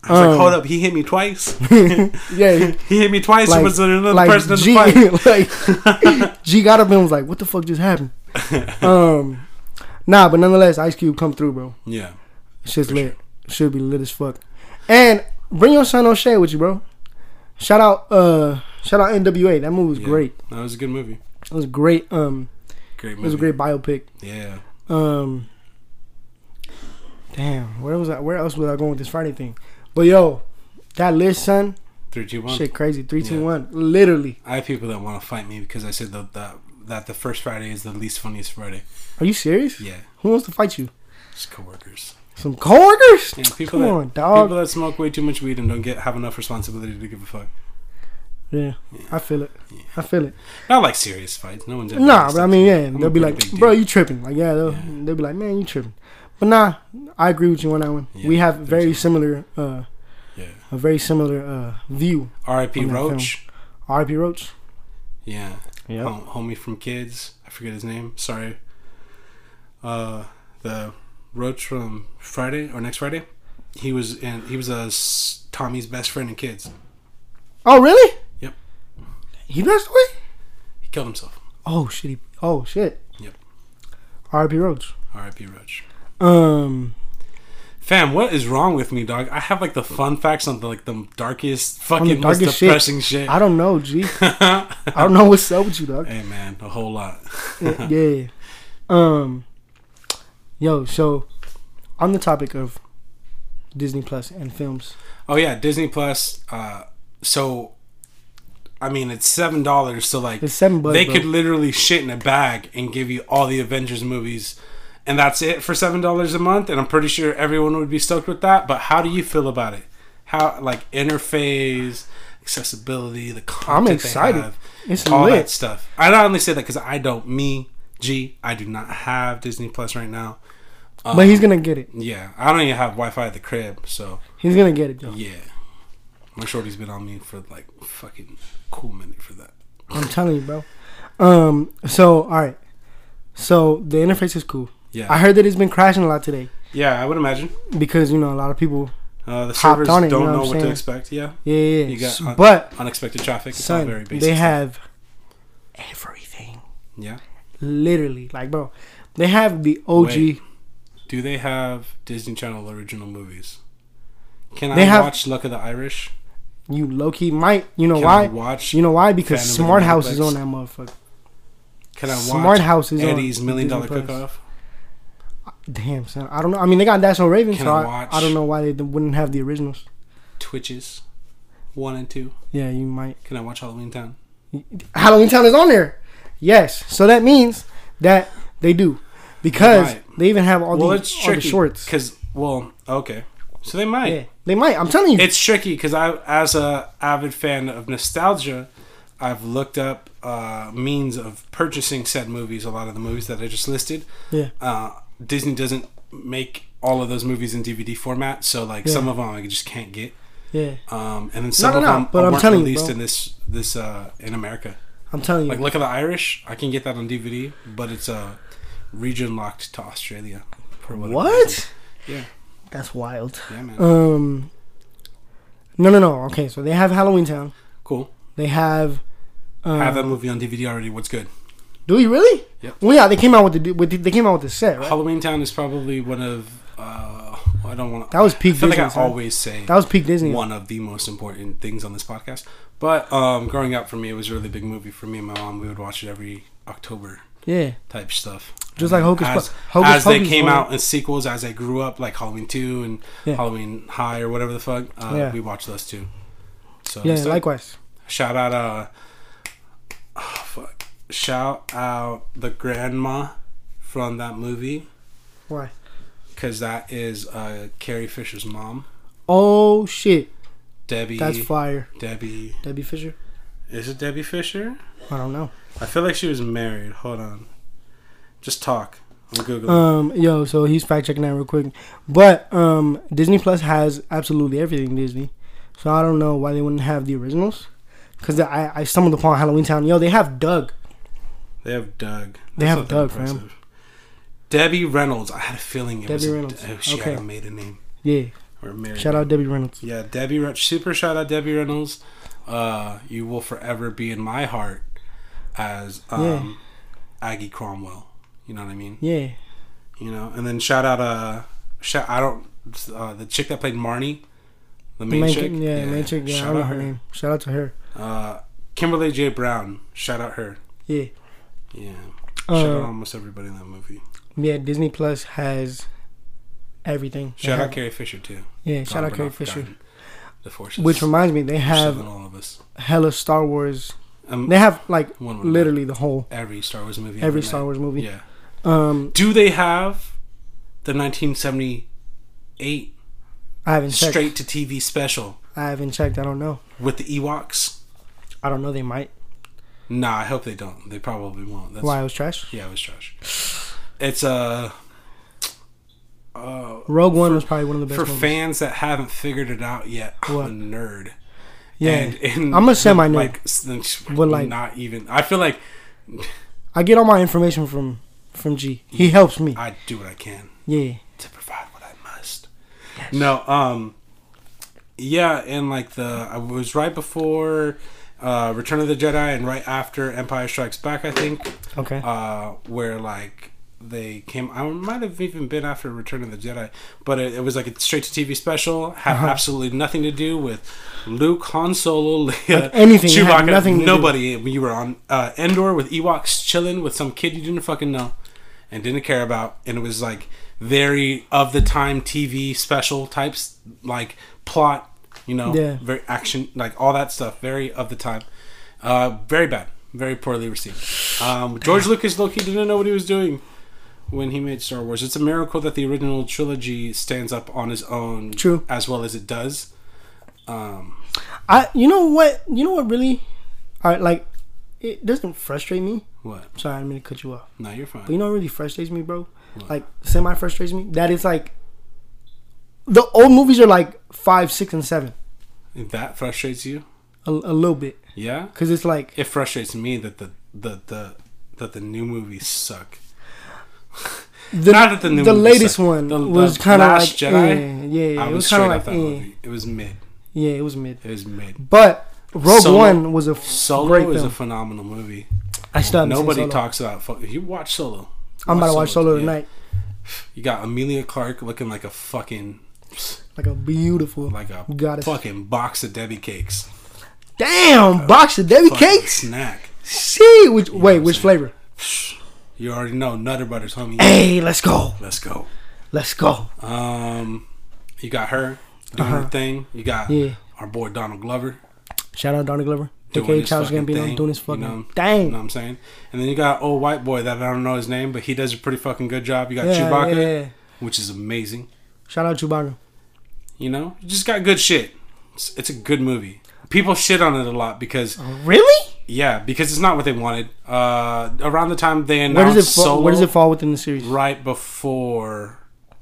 I was Um, like, hold up, he hit me twice. Yeah, he- he hit me twice. like, it was another like person in G, the fight. like G got up and was like, "What the fuck just happened?" Um, nah, but nonetheless, Ice Cube come through, bro. Yeah, Shit's lit. Should be lit as fuck. And bring your son O'Shea with you, bro. Shout out, uh, shout out NWA. That movie was Yeah. great. That was a good movie. It was great. Um, Great movie. it was a great biopic. Yeah. Um, damn, where was I? Where else was I going with this Friday thing? But yo, that list, son, Three, two, one. shit, crazy. Three, two, Yeah. one. Literally. I have people that want to fight me because I said that that, that the first Friday is the least funniest Friday. Are you serious? Yeah, Who wants to fight you? it's coworkers. Some coworkers? Yeah, people Come that on, dog. people that smoke way too much weed and don't get have enough responsibility to give a fuck. yeah, I feel it. I feel it. Not like serious fights. No one's ever Nah, gonna but I stick mean, to yeah, I'm a they'll be pretty like, big dude. bro, you tripping? Like, yeah, they'll, Yeah. they'll be like, man, you tripping. But nah, I agree with you on that one. Yeah, we have very there's- similar, uh, Yeah. a very similar uh, view. R.I.P. on that Roach. R.P. Roach. Yeah, Yeah. Hom- homie from Kids. I forget his name. Sorry. Uh, the Roach from Friday or next Friday. He was in. He was a s- Tommy's best friend in Kids. Oh, really? Yep. He passed away? He killed himself. Oh shit! He, oh shit! Yep. R.P. Roach. R.I.P. Roach. Um. Fam, what is wrong with me, dog? I have like the fun facts on the like the darkest, fucking darkest most shit. depressing shit. I don't know, G. I don't know what's up with you, dog. hey man, a whole lot. yeah. Um. Yo, so on the topic of Disney Plus and films, oh yeah, Disney Plus. Uh, so, I mean, it's seven dollars. So like, It's seven bucks, They bro. could literally shit in a bag and give you all the Avengers movies, and that's it for seven dollars a month. And I'm pretty sure everyone would be stoked with that. But how do you feel about it? How like interface, accessibility, the content excited. They have. it's all that lit. stuff. I not only say that because I don't. Me, G, I do not have Disney Plus right now. Um, but he's gonna get it. yeah, I don't even have Wi-Fi at the crib. So He's gonna get it, though. yeah, my shorty's been on me for like fucking cool minute for that. I'm telling you, bro. Um. So all right. So the interface is cool. Yeah, I heard that it's been crashing a lot today yeah, I would imagine. because you know a lot of people. Uh, the Hopped servers on it, you don't know know what I'm what saying? to expect. Yeah, Yeah, You yeah. yeah. got- S- but unexpected traffic. It's all son, very basic. they stuff. have everything. yeah, Literally, like, bro, they have the OG. Wait. Do they have Disney Channel original movies? Can They I have- watch Luck of the Irish? You low key might. You know Can I why? watch? You know why? Because Phantom of the Smart House is Megaplex? on that motherfucker. Can I watch Smart House is on Eddie's Million Dollar Disney Plus. Cook Off? Damn, son. I don't know. I mean, they got National Raven, Can so I I, watch- I don't know why they wouldn't have the originals. Twitches, one and two. Yeah, you might. Can I watch Halloween Town? Halloween Town is on there. Yes. So that means that they do. Because They they even have all, well, the, it's all the tricky shorts. because well, okay, so they might. Yeah, they might. I'm telling you. It's tricky because I, as a avid fan of nostalgia, I've looked up uh, means of purchasing said movies. A lot of the movies that I just listed. yeah. Uh, Disney doesn't make all of those movies in DVD format, so like Yeah. some of them I just can't get. Yeah. Um, and then some no, of no, them but I'm weren't telling you, released bro. in this this uh, in America. I'm telling you. Like Look at the Irish, I can get that on DVD, but it's uh, region locked to Australia. For whatever reason. what? Yeah. That's wild. Yeah, man. Um. No, no, no. Okay, so they have Halloween Town. cool. They have. Um, I have that movie on DVD already. What's good? do you really? Yep. Well, yeah, they came out with the du- with the, they came out with the set. Right? Halloween Town is probably one of. Uh, I don't want to. That was peak I feel Disney. like I son. always say that was peak Disney. one of the most important things on this podcast. But um, growing up for me, it was a really big movie for me and my mom. We would watch it every October Yeah. type stuff. Just like Hocus as, Po- Hocus as they Pocus, came bro. out in sequels, as I grew up, like Halloween Two and Yeah. Halloween High or whatever the fuck, uh, Yeah. we watched those two. So Yeah. so Likewise. shout out, uh, oh, fuck, shout out the grandma from that movie Why? because that is uh, Carrie Fisher's mom, Oh shit! Debbie. That's fire. Debbie. Debbie Fisher. Is it Debbie Fisher? I don't know. I feel like she was married. Hold on. Just talk. I'm googling. Um, yo, so he's fact checking that real quick. But um, Disney Plus has absolutely everything Disney, so I don't know why they wouldn't have the originals. Cause I, I stumbled upon Halloween Town. Yo, they have Doug. They have Doug. They have not Doug, that fam. Debbie Reynolds. I had a feeling it was Debbie a- Reynolds. oh, she Okay. had a maiden name Yeah. or a married. Shout out Debbie Reynolds. Yeah, Debbie. Re- super shout out Debbie Reynolds. Uh, you will forever be in my heart as um, Aggie Cromwell. You know what I mean? Yeah. You know, and then shout out uh, shout I don't uh, the chick that played Marnie, the The main, main chick. chick- Yeah, main chick. Yeah, I shout don't know out her her. name. Shout out to her. Uh, Kimberly J Brown. Shout out her. Yeah. Yeah. Shout out Um, almost everybody in that movie. yeah, Disney Plus has everything. They Shout out have- Carrie Fisher too. Yeah, shout Tom out Carrie Bernard Fisher. Forgotten, The forces. Which reminds me, they have all of us. hella Star Wars. Um, They have like one would literally the whole know every Star Wars movie. every ever Star made. Wars movie. Yeah. Um, Do they have the 1978 I haven't checked. straight to TV special I haven't checked. I don't know. with the Ewoks? I don't know. They might. Nah, I hope they don't. They probably won't. That's Why it was trash? Yeah, it was trash. It's uh, uh Rogue One was probably one of the best. for movies. fans that haven't figured it out yet. I'm What? a nerd. yeah, And, and I'm a semi-nerd. Like, s- s- But, like- not even. I feel like I get all my information from from G. He helps me. I do what I can. Yeah, to provide what I must. No, um, yeah, and like the I was right before uh, Return of the Jedi and right after Empire Strikes Back, I think, okay. uh, where like they came. I might have even been after Return of the Jedi, but it, it was like a straight to TV special, had Uh-huh. absolutely nothing to do with Luke, Han Solo, Leia, Like anything, it had Chewbacca, nothing to do. nobody. You were on uh, Endor with Ewoks chilling with some kid you didn't fucking know and didn't care about, and it was like very of the time TV special types, like plot, you know, Yeah. very action, like all that stuff, very of the time. Uh, very bad, very poorly received. Um, George Lucas low key didn't know what he was doing when he made Star Wars. It's a miracle that the original trilogy stands up on its own, True. as well as it does. Um, I you know what you know what really, I like. It doesn't frustrate me. what? Sorry, I'm gonna cut you off. No, you're But you fine. know what really frustrates me, bro? Like semi frustrates me. That is like the old movies are like five, six, and seven. That frustrates you, A, a little bit, yeah? cause it's like It frustrates me that the the the that the new movies suck. the Not that the new movies latest suck. one The- the was kind of like Last Jedi, eh, yeah, yeah, I it was was straight kind of off like that eh, movie. It was mid. yeah, it was mid. It was mid. But Rogue Solo- One was a f- Solo great is film. a phenomenal movie. I still haven't seen Nobody Solo. talks about. Fuck, you watch Solo. I'm about to watch Solo yeah. tonight. You got Amelia Clark looking like a fucking Like a beautiful. like a Goddess. fucking box of Debbie cakes. Damn, box of Debbie Fucking cakes. snack. See, which wait, I'm which saying? flavor? You already know Nutter Butters, homie. Hey, let's go, Let's go. let's go. Um, you got her doing her Uh-huh. thing. You got Yeah. Eh. our boy Donald Glover. Shout out Donnie Glover, Doing aka his Charles fucking Gambino, thing, doing his you fucking know. dang. You know what I'm saying? And then you got old white boy that I don't know his name, but he does a pretty fucking good job. You got Yeah, Chewbacca, yeah, yeah. which is amazing. Shout out Chewbacca. You know, you just got good shit. It's, it's a good movie. People shit on it a lot because Really? yeah, because it's not what they wanted. Uh, around the time they Where announced does it fall? Solo, Where does it fall within the series? right before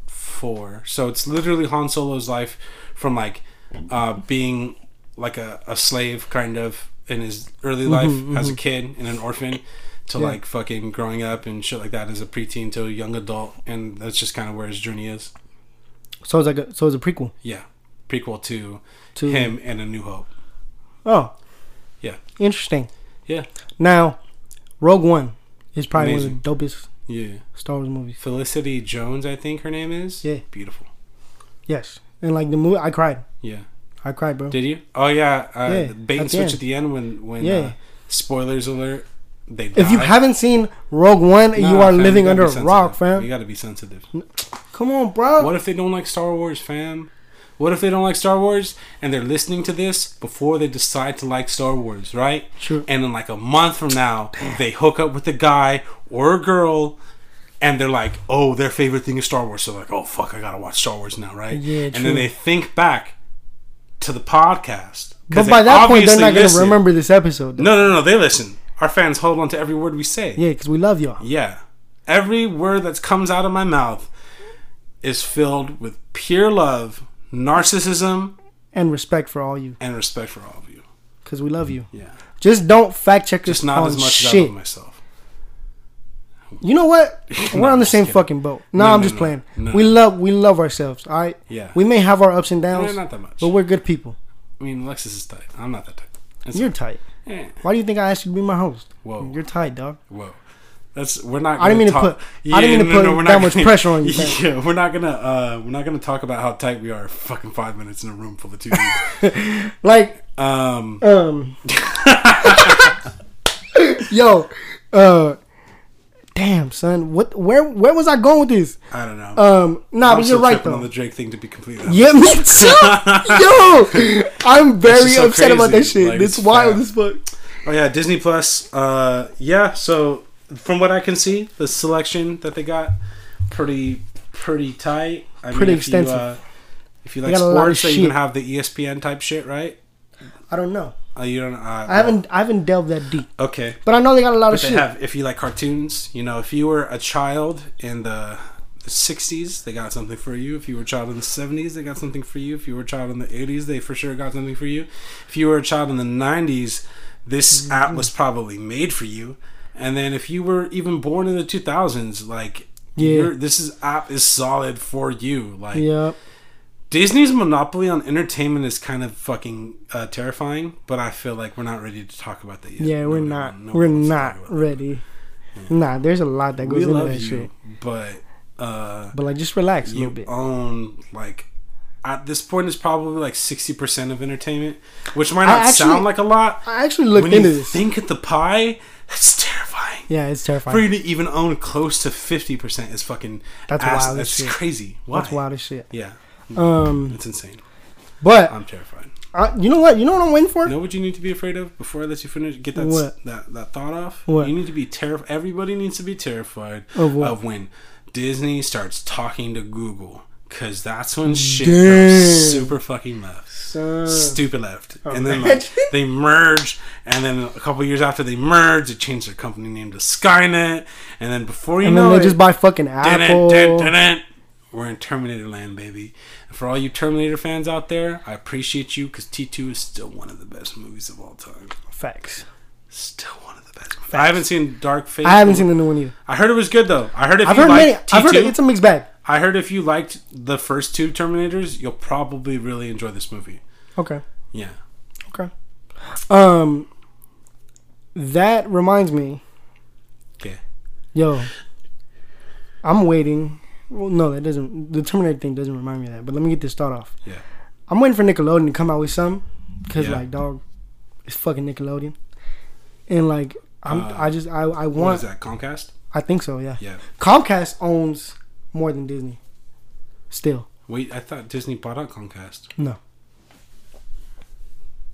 four. So it's literally Han Solo's life from like uh, being like a, a slave kind of in his early life as a kid and an orphan to Mm-hmm, Yeah. like fucking growing up and shit like that as a preteen to a young adult and that's just kind of where his journey is. So it's like a, so it's a prequel Yeah. Prequel to, to him and A New Hope. Oh, Yeah. interesting. Yeah. Now, Rogue One is probably Amazing. one of the dopest Yeah. Star Wars movies. Felicity Jones, I think her name is. Yeah. Beautiful. Yes, and like the movie, I cried. Yeah. I cried, bro. Did you? Oh yeah, uh, Yeah, the bait at and the switch end. at the end when when Yeah. uh, spoilers alert. They if you die. haven't seen Rogue One, Nah, you are fam, living gotta under be a rock, sensitive. fam. You gotta be sensitive. Come on, bro. What if they don't like Star Wars, fam? What if they don't like Star Wars and they're listening to this before they decide to like Star Wars, right? True. And in like a month from now, they hook up with a guy or a girl and they're like, oh, their favorite thing is Star Wars. So, like, oh, fuck, I gotta watch Star Wars now, right? Yeah, And true. then they think back to the podcast. 'cause But they by that point, they're obviously not gonna listen. remember this episode. though. No, no, no, they listen. Our fans hold on to every word we say. Yeah, because we love y'all. Yeah. Every word that comes out of my mouth is filled with pure love, narcissism, And respect for all you, and respect for all of you. because we love you. Yeah. Just don't fact check us Just not on as much as I Oh, shit. love myself. You know what? We're on the just same kidding. fucking boat. No, No, I'm no, just no. playing. No. We love we love ourselves. All right. Yeah. We may have our ups and downs, Eh, not that much. but we're good people. I mean, Alexis is tight. I'm not that tight. It's- You're tight. eh, Why do you think I asked you to be my host? Whoa. You're tight, dog. Whoa. That's we're not. I didn't gonna mean to talk- put- I didn't mean to put we're that not much gonna- pressure on you, man. Yeah, we're not gonna uh, we're not gonna talk about how tight we are. Fucking five minutes in a room full of two. dudes. Like, um, um, yo, uh, damn, son, what? Where? Where was I going with this? I don't know. Um, nah, I'm but still you're right tripping though. On the Drake thing to be completely. honest. yeah, me too. yo, I'm very just so upset about that crazy. shit. Like, it's it's wild fat. as fuck. Oh yeah, Disney Plus. Uh, yeah. So from what I can see, the selection that they got pretty pretty tight. I Pretty if you, extensive. uh, If you like got a lot of sports, they even shit. have the E ESPN type shit, right? I don't know. Uh, you don't. Uh, I haven't. I haven't delved that deep, Okay. but I know they got a lot But of they Oh, shit. have. If you like cartoons, you know, if you were a child in the the 60s, they got something for you. If you were a child in the 70s, they got something for you. If you were a child in the 80s, they for sure got something for you. If you were a child in the 90s, this Mm-hmm. app was probably made for you. And then if you were even born in the 2000s, like Yeah. your this is app is solid for you. Like Yep. Disney's monopoly on entertainment is kind of fucking uh, terrifying, but I feel like we're not ready to talk about that yet. Yeah, we're Nobody- not. nobody We're wants to talk not about that. ready. Nah, there's a lot that goes we into love that you, shit. but uh, But like, just relax a little you bit. own like at this point is probably like sixty percent of entertainment, which might I not actually sound like a lot. I actually looked when you into this. think of the pie, that's terrifying. yeah, it's For terrifying. you to even own close to fifty percent is fucking That's ass- wild as That's shit. crazy. Why? That's wild as shit. Yeah, Um, it's insane. but I'm terrified. I, you know what? You know what I'm waiting for? You know what you need to be afraid of before I let you finish? Get that What? that that thought off. What? You need to be terrified. Everybody needs to be terrified Of what? when Disney starts talking to Google, because that's when shit Damn. goes super fucking left, Son. Oh, stupid left, and then like, Imagine. they merge, and then a couple years after they merge, they change their company name to Skynet, and then before you and know then they it, just buy fucking Apple. Dun-dun-dun-dun-dun. We're in Terminator land, baby. And for all you Terminator fans out there, I appreciate you because T2 is still one of the best movies of all time. Facts. Still one of the best. Movies. I haven't seen Dark Fate. I haven't seen the new one either. I heard it was good though. I heard if I've you heard many. liked I've heard T2, it's a mixed bag. I heard if you liked the first two Terminators, you'll probably really enjoy this movie. Okay. Yeah. Okay. Um, that reminds me Yo, I'm waiting. Well, no, that doesn't. The Terminator thing doesn't remind me of that. But let me get this start off. Yeah. I'm waiting for Nickelodeon to come out with something, cause Yeah. like dog, it's fucking Nickelodeon, and like I'm. Uh, I just I I What is want. that? Comcast? I think so. Yeah. Yeah. Comcast owns more than Disney. Still, Wait, I thought Disney bought out Comcast. No.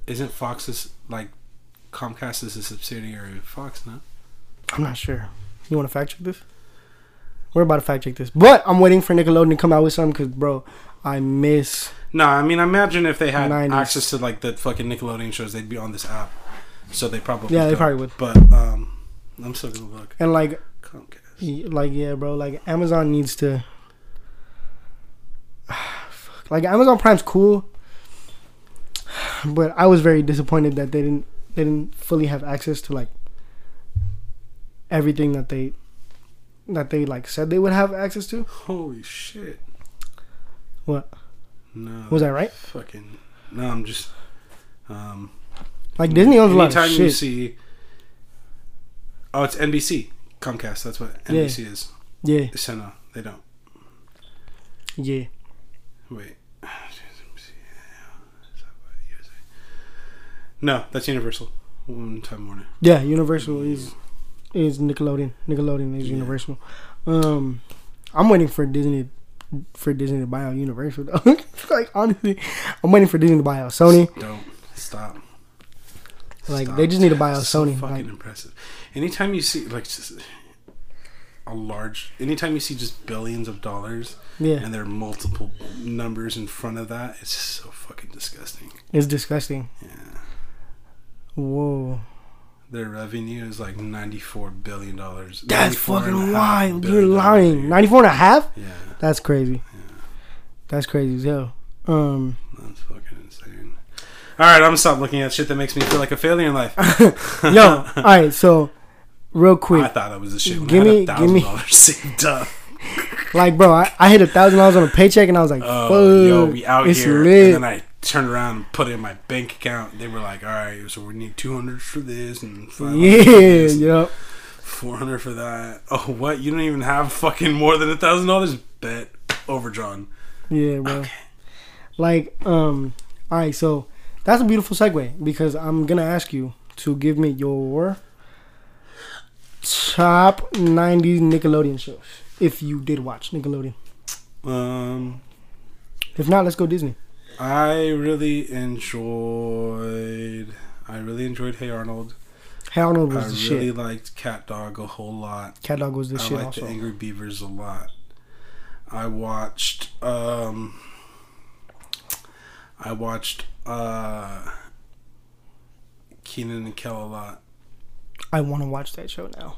Isn't Fox's like Comcast is a subsidiary of Fox, no? I'm not sure. You want to fact check this? We're about to fact check this, but I'm waiting for Nickelodeon to come out with something, cause bro, I miss. No, I mean, imagine if they had 90s. access to like the fucking Nickelodeon shows, they'd be on this app. So they probably Yeah, they don't. probably would. But um, I'm still gonna look And like, Comcast. y- like yeah, bro, like Amazon needs to. Fuck. Like Amazon Prime's cool, but I was very disappointed that they didn't they didn't fully have access to like everything that they that they like said they would have access to. Holy shit! What? No, Was I right? fucking no. I'm just um. Like Disney owns a lot of Anytime shit. you see, oh, it's NBC Comcast. That's what Yeah. NBC is. yeah, So no, they don't. yeah. Wait. No, that's Universal. One Time Warner. Yeah, Universal is is Nickelodeon. Nickelodeon is Yeah. Universal. Um, I'm waiting for Disney for Disney to buy out Universal. Though. like honestly, I'm waiting for Disney to buy out Sony. Don't stop. Like they just need to buy out It's so Sony. Fucking Like, impressive. Anytime you see like just a large, anytime you see just billions of dollars yeah, and there are multiple numbers in front of that, it's just so fucking disgusting. it's disgusting. Yeah, Whoa, their revenue is like ninety-four billion dollars. that's 94 and a fucking half wild. You're billion dollars a lying. year. 94 and a half? Yeah, That's crazy. That's crazy as hell. Um, that's fucking insane. All right, I'm gonna stop looking at shit that makes me feel like a failure in life. yo, all right. So, real quick, I thought I was a shit. When Give I me- had a give thousand me- dollars saved up. Like, bro, I, I hit a thousand dollars on a paycheck, and I was like, Oh, "Fuck, yo, we out it's here!" lit." And then I turned around and put it in my bank account. They were like, "All right, so we need two hundred for this and 500 for yeah, this, yep. four hundred for that." Oh, what? You don't even have fucking more than a thousand dollars? Bet overdrawn. Yeah, bro. Like, um, all right, so that's a beautiful segue because I'm gonna ask you to give me your top '90s Nickelodeon shows if you did watch Nickelodeon. Um, If not, let's go Disney. I really enjoyed. I really enjoyed Hey Arnold. Hey Arnold was I the really shit. liked Cat Dog a whole lot. Cat Dog was the I shit. like also, the Angry Beavers a lot. I watched um I watched uh Keenan and Kel a lot. I want to watch that show now,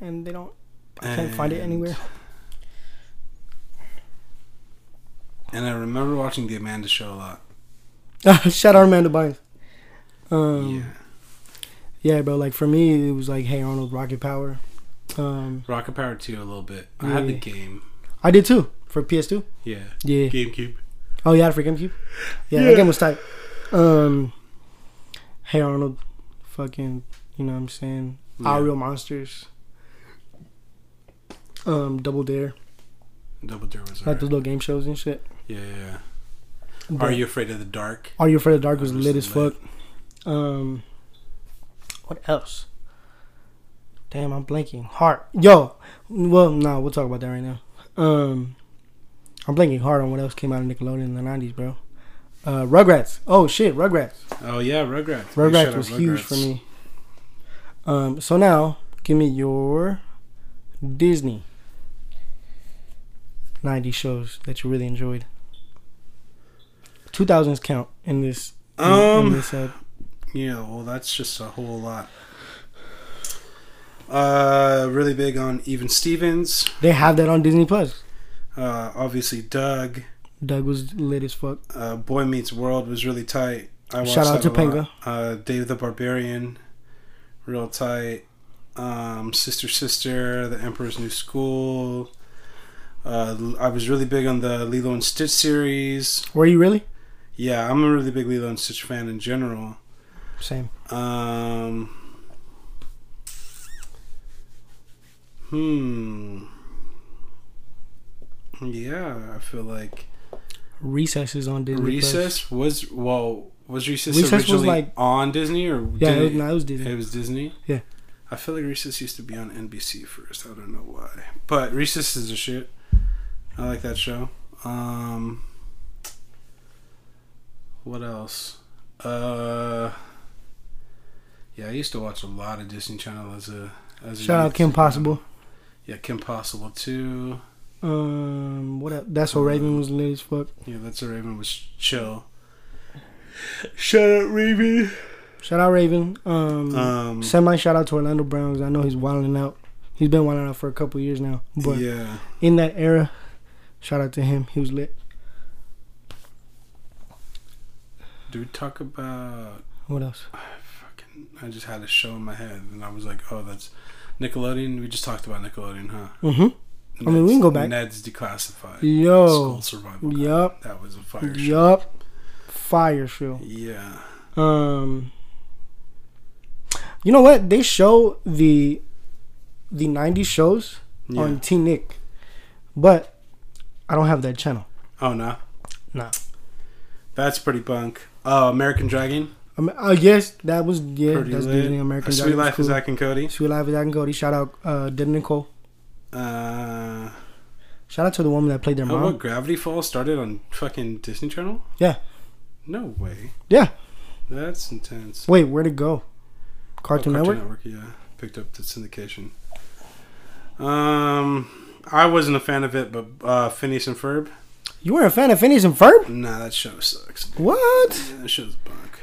and they don't. I can't find it And- anywhere. And I remember watching the Amanda show a lot. Shout out Amanda Bynes. Um, yeah. Yeah, bro. Like for me, it was like, hey, Arnold, Rocket Power. Um, Rocket Power 2 a little bit. I had the Yeah. game. I did too for PS2. Yeah. Yeah. GameCube. Oh, yeah, for GameCube. Yeah, that game was tight. Um, hey, Arnold, fucking, you know what I'm saying? Our Yeah. Real Monsters. Um, Double Dare, Double Dare was like alright. those little game shows and shit. Yeah, yeah, yeah. Are But You Afraid of the Dark? Are You Afraid of the Dark was That was lit as lit. fuck. Um, what else? Damn, I'm blanking. Heart, yo. Well, nah, we'll talk about that right now. Um, I'm blanking hard on what else came out of Nickelodeon in the '90s, bro. Uh, Rugrats. Oh shit, Rugrats. Oh yeah, Rugrats. Big shout Rugrats out was huge for Rugrats. me. Um, so now give me your Disney '90s shows that you really enjoyed. 2000s count in this. in- in Um, this, uh, Yeah, well, that's just a whole lot. Uh, really big on Even Stevens. they have that on Disney Plus. Uh, obviously Doug. Doug was lit as fuck. Uh, Boy Meets World was really tight. I watched Shout out that to a lot. Penga. Uh, Dave the Barbarian, real tight. Um, Sister Sister, The Emperor's New School. Uh, I was really big on the Lilo and Stitch series. Were you really? Yeah, I'm a really big Lilo and Stitch fan in general. Same. Um, Hmm. Yeah, I feel like Recess is on Disney. Recess was well was Recess, Recess was, originally like- on Disney or Plus. Yeah, did it was, no, it was Disney. It was Disney. Yeah. I feel like Recess used to be on NBC first. I don't know why, but Recess is a shit. I like that show. Um, what else? Uh, yeah, I used to watch a lot of Disney Channel as a as a Shout out youth. Kim Possible. Yeah, Kim Possible too. Um, what? Else? That's what Raven was lit as fuck. Yeah, that's a Raven was chill. Shout out Raven. Shout out Raven. Um, Um, semi shout out to Orlando Browns. I know he's wilding out. He's been wilding out for a couple years now, but yeah, in that era, shout out to him. He was lit. do we talk about? What else? Fucking, I just had a show in my head, and I was like, "Oh, that's Nickelodeon." We just talked about Nickelodeon, huh? Mm-hmm. I mean, we can go back. Ned's Declassified. Yo. School Survival. Guide. Yup. That was a fire show. Yup. Fire show. Yeah. Um. You know what? They show the the '90s shows Yeah. on T Nick, but I don't have that channel. oh no. Nah. That's pretty bunk. Oh, American Dragon. I, mean, I guess that was yeah. pretty that's lit. Disney American. Sweet Dragon Life School. is Zach and Cody. Sweet Life is Zach and Cody. Shout out uh, Dead Nicole. Uh, Shout out to the woman that played their how mom. about Gravity Falls started on fucking Disney Channel? Uh-huh. Yeah. No way. Yeah. That's intense. Wait, where to go? Cartoon, Oh, Network. Yeah, picked up the syndication. Um, I wasn't a fan of it, but uh, Phineas and Ferb. You were a fan of Phineas and Ferb? Nah, that show sucks. What? Yeah, that show's bunk.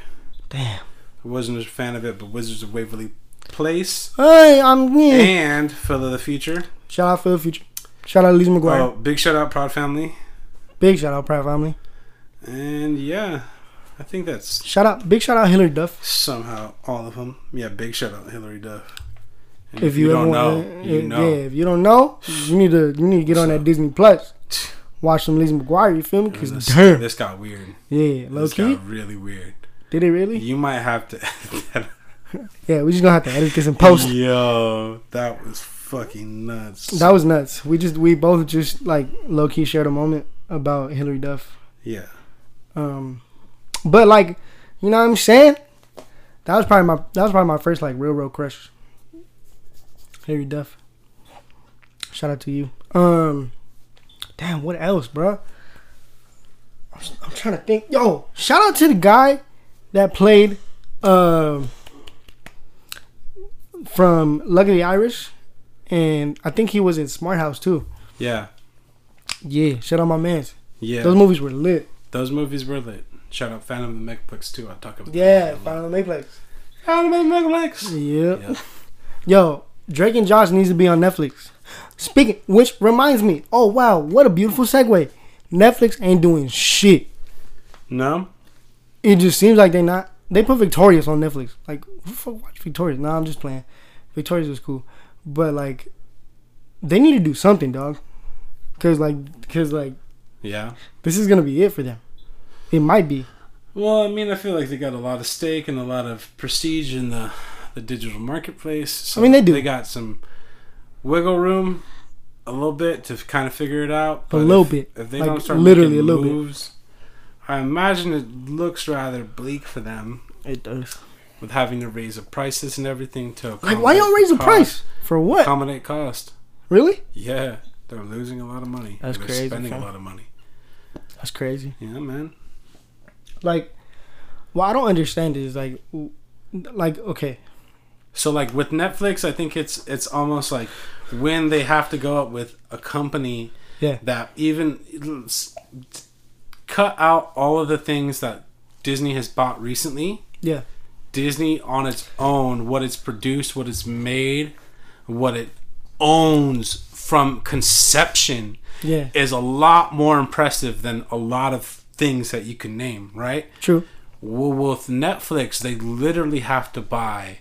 Damn. I wasn't a fan of it, but Wizards of Waverly Place Hey, I'm yeah. and Phil of the Future. Shout out for the future. Shout out Lisa McGuire. Oh, big shout out, Proud Family, Big shout out Proud Family. and yeah, I think that's Shout out. Big shout out Hillary Duff. somehow all of them. Yeah, big shout out, Hillary Duff. And If you, ever don't know, want, you know. yeah. If you don't know, you need to you need to get on that Disney Plus. Watch some Lisa McGuire. You feel me? Cause This, damn. this got weird. yeah, low This key. got really weird. Did it really? You might have to edit that out. Yeah, we just gonna have to edit this and post. Yo, that was fucking nuts. That was nuts. We just we both just like low key shared a moment about Hillary Duff. yeah. Um, but like, you know what I'm saying? That was probably my that was probably my first like real real crush. Harry Duff. Shout out to you. Um, damn, what else, bro? I'm, s- I'm trying to think. Yo, shout out to the guy that played um from Luckily Irish, and I think he was in Smart House too. Yeah. Yeah, shout out my man's. Yeah. Those Those, movies were lit. movies were lit. Shout out Phantom of the Megaplex too. I'll talk about Yeah, that. Final Mayplex. Phantom of the Megaplex. Yep. Yeah. Yo, Drake and Josh needs to be on Netflix. Speaking, which reminds me, oh wow, what a beautiful segue. Netflix ain't doing shit. No? It just seems like they not. They put Victorious on Netflix. Like, who the fuck watch Victorious? Nah, I'm just playing. Victorious was cool, but like, they need to do something, dog. Cause like, cause like, Yeah. this is gonna be it for them. It might be. Well, I mean, I feel like they got a lot of stake and a lot of prestige in the the digital marketplace. So I mean, they do. They got some wiggle room, a little bit to kind of figure it out. A little if, bit. If they Like, don't start literally making a little bit. moves, I imagine it looks rather bleak for them. It does. with having to raise the prices and everything to Like, why y'all raise the price for what? Accommodate cost. Really? Yeah, they're losing a lot of money. That's they're crazy, Spending a fam. lot of money. That's crazy. Yeah, man. like what I don't understand is like w- like okay So like with Netflix, I think it's it's almost like when they have to go up with a company yeah that even l- s- cut out all of the things that Disney has bought recently. yeah Disney on its own, what it's produced, what it's made, what it owns from conception yeah is a lot more impressive than a lot of things that you can name, right? true Well, with Netflix, they literally have to buy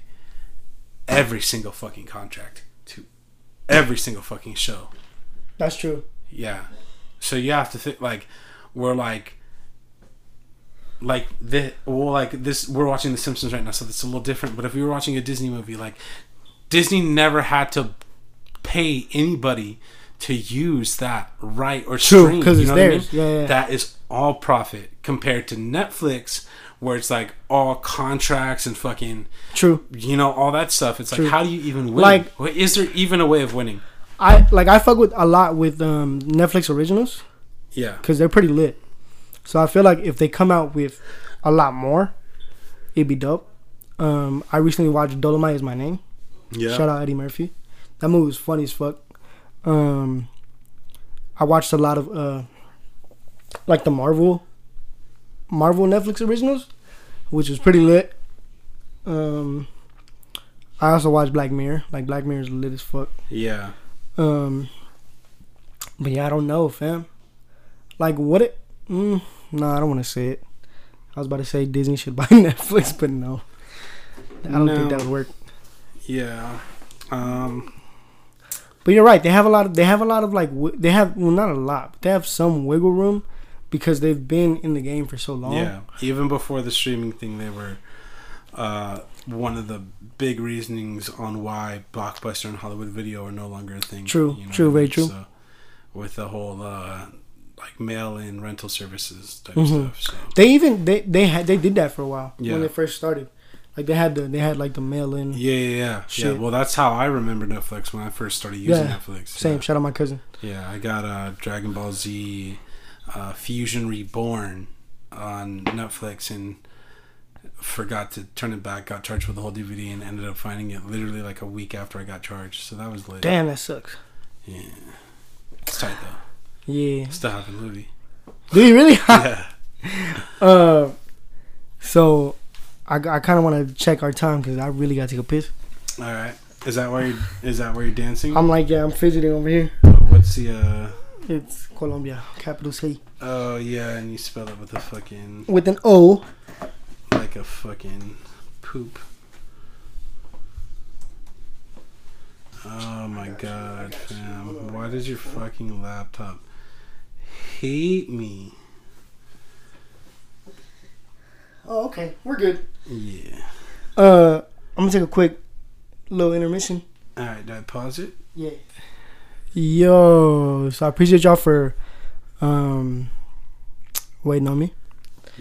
every single fucking contract to every single fucking show. that's true Yeah. So you have to think like we're like like the well like this we're watching The Simpsons right now, so that's a little different. But if we were watching a Disney movie, like Disney never had to pay anybody to use that right or True, stream. 'cause you it's know what I theirs. mean? Yeah, yeah, yeah. That is all profit compared to Netflix, where it's like all contracts and fucking True. you know all that stuff. It's like True. how do you even win? Like- Wha- is there even a way of winning? I like I fuck with a lot with um, Netflix originals Yeah, because they're pretty lit. So I feel like if they come out with a lot more, it'd be dope. Um, I recently watched Dolomite is my name. yeah. Shout out Eddie Murphy. That movie was funny as fuck. Um, I watched a lot of uh, like the Marvel, Marvel Netflix originals, which was pretty lit. Um, I also watched Black Mirror. Like Black Mirror is lit as fuck. Yeah, Um, but yeah, I don't know, fam. Like what it? Mm, no, I don't want to say it. I was about to say Disney should buy Netflix, but no. I don't think No. that would work. yeah. Um, But you're right. They have a lot of they have a lot of like wi- they have well not a lot, but they have some wiggle room because they've been in the game for so long. yeah. Even before the streaming thing, they were uh, one of the big reasonings on why Blockbuster and Hollywood Video are no longer a thing. True, you know true, what I very mean? true. So, with the whole uh, like mail-in rental services type Mhm. stuff. So They even they they had they did that for a while Yeah. when they first started. Like they had the they had like the mail in. yeah, yeah, yeah. yeah. Shit. Well, that's how I remember Netflix when I first started using Yeah, Netflix. Same. Yeah. Shout out my cousin. Yeah, I got uh, Dragon Ball Z uh, Fusion Reborn on Netflix and forgot to turn it back. Got charged with the whole DVD and ended up finding it literally like a week after I got charged. So that was lit. Damn, that sucks. Yeah, it's tight though. Yeah. Still have the movie. Do you really? yeah, uh, so I, I kind of want to check our time because I really got to take a piss. all right. Is that where you, is that where you're dancing? I'm like, yeah, I'm fidgeting over here. What's the uh? It's Colombia, capital C, Oh yeah, and you spell it with a fucking with an O. like a fucking poop. Oh my god, fam. Why does your fucking laptop hate me? Oh, okay, we're good. Yeah. Uh, I'm gonna take a quick little intermission. Alright, did I pause it? Yeah. Yo, so I appreciate y'all for um waiting on me,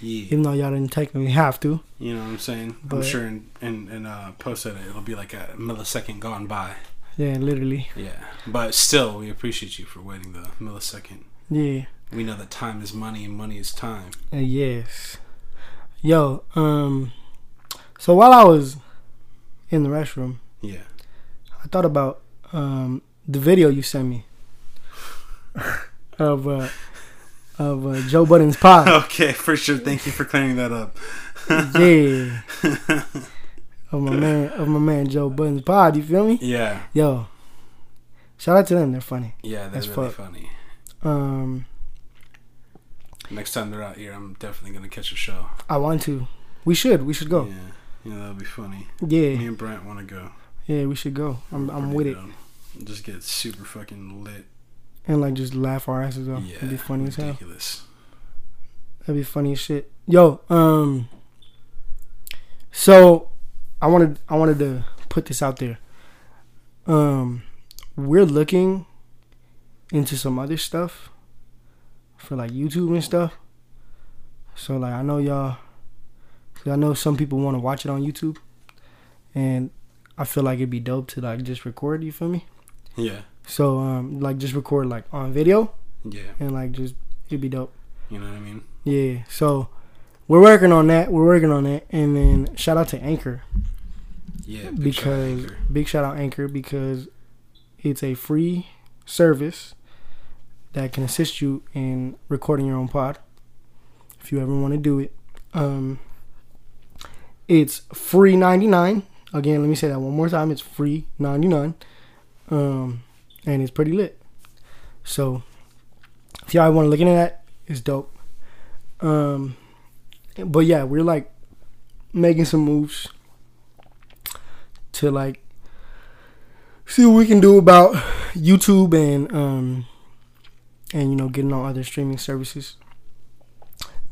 Yeah. even though y'all didn't technically have to. You know what I'm saying? I'm But- sure in, in, in uh, post edit it'll be like a millisecond gone by. Yeah, literally. Yeah. But still, we appreciate you for waiting the millisecond. Yeah. We know that time is money and money is time. Uh, yes. Yo, um, so while I was in the restroom, Yeah. I thought about um the video you sent me of uh of uh, Joe Budden's pod. Okay, for sure. Thank you for clearing that up. yeah. Of my man, of my man Joe Budden's pod. You feel me? Yeah. Yo, shout out to them. They're funny. Yeah, they're That's really fuck. funny. Um, Next time they're out here, I'm definitely gonna catch a show. I want to. We should. We should go. Yeah, yeah, that'll be funny. Me Yeah, and Brent want to go. yeah. We should go. I'm, Pretty I'm with it. dumb. Just get super fucking lit. And like just laugh our asses off. yeah, It'd be funny as hell. ridiculous. That'd be funny as shit. Yo, um, so I wanted, I wanted to put this out there. Um, we're looking into some other stuff for like YouTube and stuff. So like I know y'all, 'cause I know some people want to watch it on YouTube, and I feel like it'd be dope to like just record. You feel me? Yeah, So um, like just record like on video yeah. and like just it'd be dope. You know what I mean? Yeah, so we're working on that. We're working on that, and then shout out to Anchor Yeah, big shout out because Anchor. big shout out Anchor because it's a free service that can assist you in recording your own pod if you ever want to do it. Um, it's free ninety nine. Again, let me say that one more time. It's free ninety nine, um, and it's pretty lit. So if y'all want to look into that, it's dope. Um, but yeah, we're like making some moves to like see what we can do about YouTube and um and you know getting on other streaming services.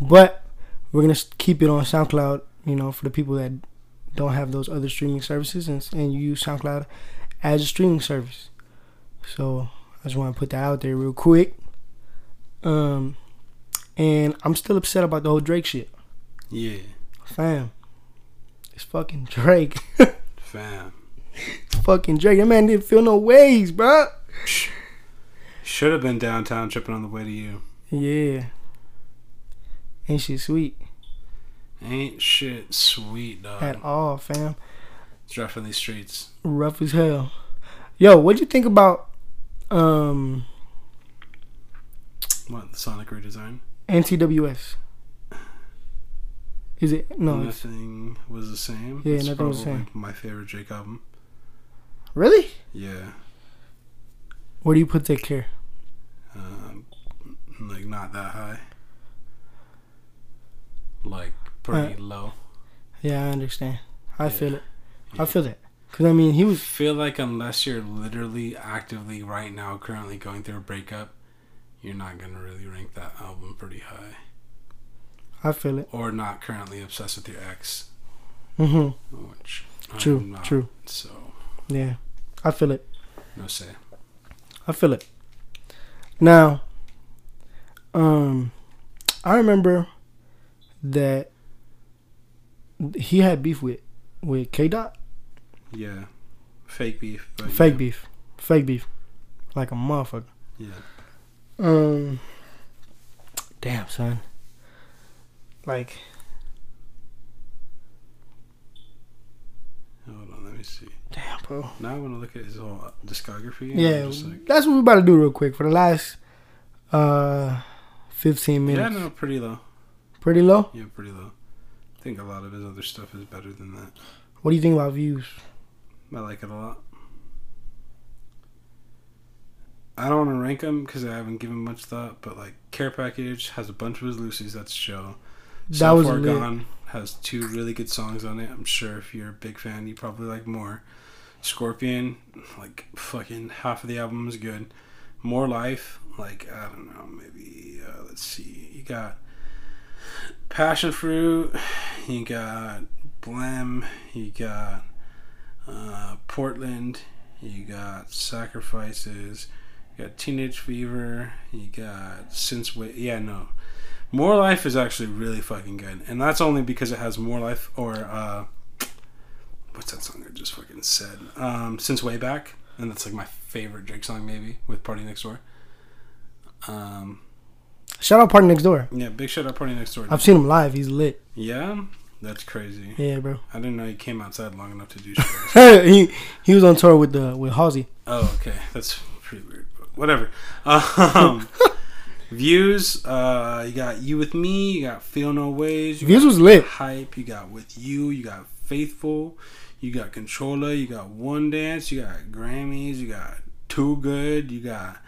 But we're gonna s- keep it on SoundCloud, you know, for the people that don't have those other streaming services and, and you use SoundCloud as a streaming service. So I just want to put that out there real quick. Um, and I'm still upset about the whole Drake shit, Yeah, fam. It's fucking Drake. fam. fucking Drake. That man didn't feel no ways, bruh. Should have been downtown tripping on the way to you. Yeah. Ain't shit sweet Ain't shit sweet, dog. at all, fam. It's rough in these streets. Rough as hell. Yo, what'd you think about um What the Sonic redesign? NTWS? Is it no? Mm-hmm. It's, nothing was the same. Yeah, It's nothing was the probably My favorite Drake album. really? Yeah, Where do you put take care? um, like not that high. Like Uh, pretty low. Yeah, I understand. I Yeah. feel it. Yeah. I feel that. Cause I mean, he I was feel like unless you're literally actively right now currently going through a breakup, you're not gonna really rank that album pretty high. I feel it. Or not currently obsessed with your ex, hmm which True, I'm not, true. So Yeah, I feel it. no say. I feel it. Now, um, I remember that he had beef with with K Dot. Yeah, fake beef. But Fake yeah. beef, fake beef, like a motherfucker. Yeah. Um, damn son, like Hold on, let me see. damn bro. Now I want to look at his whole discography. and Yeah, I'm just like, that's what we're about to do real quick for the last uh fifteen yeah, minutes. no, pretty low. Pretty low. Yeah, pretty low. I think a lot of his other stuff is better than that. What do you think about views? I like it a lot. I don't want to rank him because I haven't given much thought, but like Care Package has a bunch of his Lucy's. That's show. That so was Far lit. Gone has two really good songs on it. I'm sure if you're a big fan, you probably like more. Scorpion, like fucking half of the album is good. More Life, like I don't know, maybe uh, let's see. You got Passion Fruit, you got Blem, you got uh, Portland, you got Sacrifices, you got Teenage Fever, you got Since Wait. Yeah, no. More Life is actually really fucking good, and that's only because it has More Life or uh, what's that song I just fucking said? Um, Since Way Back, and that's like my favorite Drake song, maybe with Party Next Door. Um, Shout out Party Next Door. yeah, big shout out Party Next Door. I've seen him live. He's lit. yeah, that's crazy. Yeah, bro. I didn't know you came outside long enough to do shows. he he was on tour with the with Halsey. Oh, okay. That's pretty weird, but whatever. Um, views. Uh, you got you with me. You got feel no ways. You Views got was lit. Hype. You got with you. You got faithful. You got controller. You got one dance. You got Grammys. You got too good. You got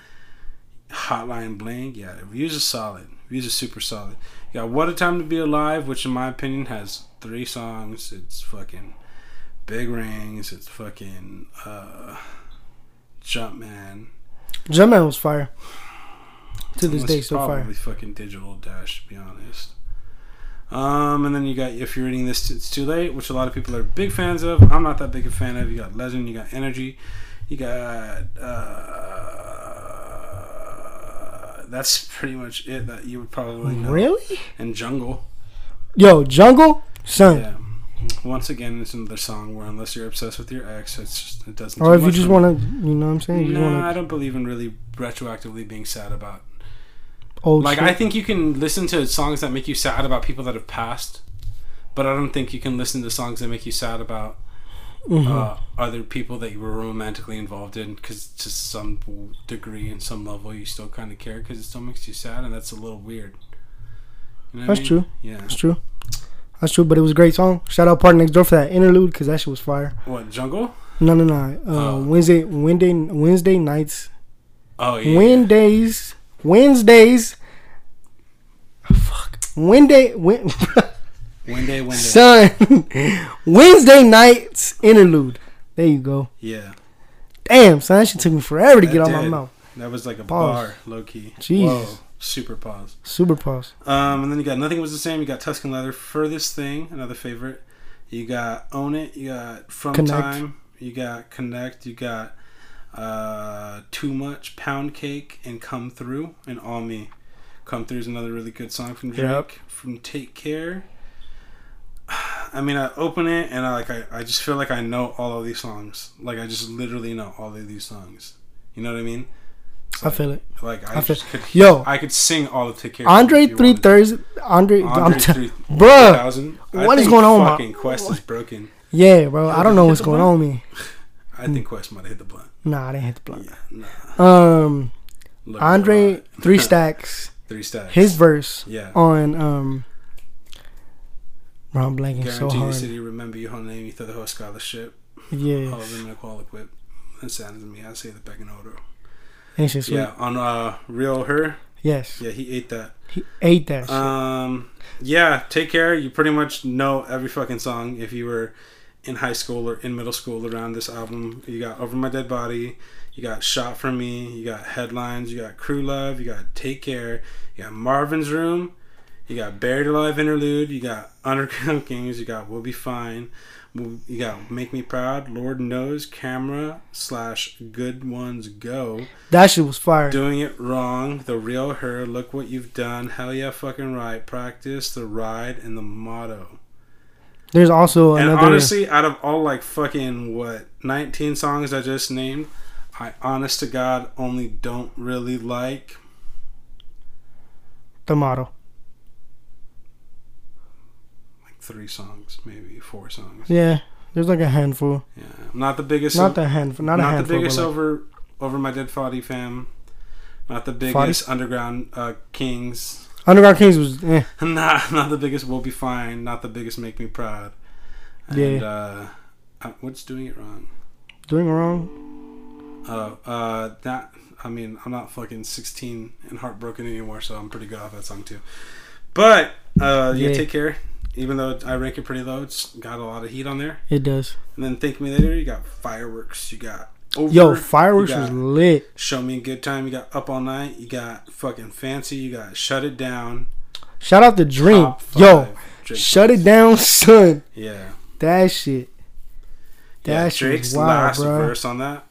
Hotline Bling. Yeah, the views are solid. Views are super solid. You got What a Time to Be Alive, which in my opinion has three songs. It's fucking Big Rings. It's fucking uh, Jumpman. Jumpman was fire. To this Unless day, it's so fire. probably fucking digital dash, to be honest. Um, and then you got if you're reading this, it's too late, which a lot of people are big fans of. I'm not that big a fan of. You got legend, you got energy, you got. Uh, that's pretty much it that you would probably know. Really? And jungle, Yo, Jungle son. yeah. Once again, it's another song where unless you're obsessed with your ex, it's just, it doesn't. Or do if you much just for me. want to, you know what I'm saying? You just Nah, want I to don't believe in really retroactively being sad about old like shit. I think you can listen to songs that make you sad about people that have passed, but I don't think you can listen to songs that make you sad about Mhm. uh, other people that you were romantically involved in because to some degree and some level you still kind of care because it still makes you sad and that's a little weird. You know what I That's mean? true. Yeah. That's true. That's true. But it was a great song. Shout out Party Next Door for that interlude because that shit was fire. What jungle? No, no, no. Uh, Oh. Wednesday, Wednesday, Wednesday nights, Oh yeah. Wednesdays, Wednesdays. Fuck. Wednesday, Wed- One day, one day. son. Wednesday nights interlude. There you go. yeah. Damn, son, that shit took me forever to That get out my did. mouth. That was like a Pause. bar, low key. Jeez. Super pause. Super pause. Um, and then you got Nothing Was the Same. You got Tuscan Leather, Furthest Thing, another favorite. You got Own It. You got From Connect. Time. You got Connect. You got uh, Too Much, Pound Cake, and Come Through, and All Me. Come Through is another really good song from Drake. Yep. From Take Care. I mean, I open it and I like I, I just feel like I know all of these songs. Like I just literally know all of these songs. You know what I mean? I feel it. Like I, I feel- just could Yo. I could sing all of Take Care. Andre if you three wanted. thirty. Andre, I'm t- bruh. 3000. what is going on, my- Fucking Quest is broken. Yeah, bro. I don't know what's going on with me. I think Quest might have hit the blunt. Nah, I didn't hit the blunt. Yeah, nah. Um, Look, Andre uh, three stacks. three stacks. His verse yeah. on um. Bro, I'm blanking so Guarantee your hard. city, Oh, remember your whole name, you throw the whole scholarship, all of Yes, them in a qual equip. That sounds to me. I say the back in order. ain't shit sweet. Yeah, on uh, real her. Yes, Yeah, he ate that. he ate that. shit. Um, yeah, take care. You pretty much know every fucking song if you were in high school or in middle school around this album. You got Over My Dead Body, you got Shot for Me, you got Headlines, you got Crew Love, you got Take Care, you got Marvin's Room, you got Buried Alive Interlude, you got Underground Kings, you got We'll Be Fine, We'll- you got Make Me Proud, Lord Knows, Camera slash Good Ones Go. That shit was fire. Doing it wrong, the real her, look what you've done, hell yeah, fucking right, practice, the ride, and the motto. There's also And another. honestly, out of all like fucking what, 19 songs I just named, I honest to God only don't really like the motto. like three songs, maybe four songs. Yeah, there's like a handful. Yeah, I'm not the biggest, Not the handful. Not, not a handful. the biggest but like- over over my dead Foddy fam, not the biggest underground uh, kings. Underground Kings was. Eh. Nah, not the biggest. We'll be fine. Not the biggest. Make me proud. And, Yeah. uh, uh, what's doing it wrong? Doing wrong? Uh, uh, that. I mean, I'm not fucking 16 and heartbroken anymore, so I'm pretty good off that song too. But uh, yeah, Yeah. take care. Even though I rank it pretty low, it's got a lot of heat on there. It does. And then thank me later. You got fireworks. You got over. Yo, you fireworks got was lit. show me a good time. You got up all night. You got fucking fancy. You got shut it down. Shout out to Dream. Top Yo, five Drake shut songs. it down, son. Yeah. That shit. That yeah, shit Drake's was wild, last bro. verse on that.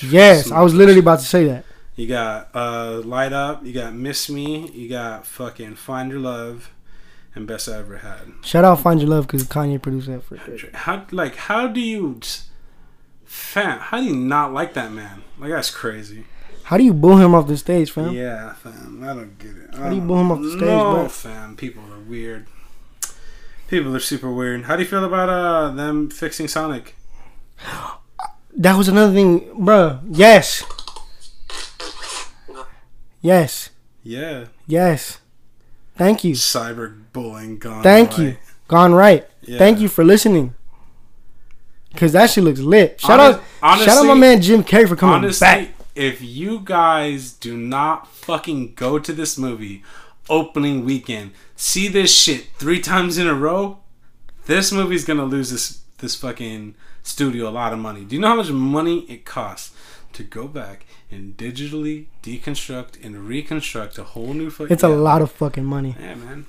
Yes, I was literally about to say that. You got uh, light up. You got miss me. You got fucking find your love, and best I ever had. Shout out Find Your Love because Kanye produced that for Drake. How like how do you, s- fam? How do you not like that man? Like that's crazy. How do you boo him off the stage, fam? Yeah, fam. I don't get it. How do you boo him off the stage, no, bro? fam. People are weird. People are super weird. How do you feel about uh them fixing Sonic? That was another thing, bruh. Yes. Yes. Yeah, Yes. Thank you. cyberbullying gone. Thank you. right. Gone right. Yeah. Thank you for listening. Cause that shit looks lit. Shout Honest- out, shout out my honestly- man Jim Carrey for coming Honestly, back. if you guys do not fucking go to this movie opening weekend, see this shit three times in a row, this movie's gonna lose this this fucking studio a lot of money. Do you know how much money it costs to go back and digitally deconstruct and reconstruct a whole new fucking? It's a lot of fucking money. Yeah, man.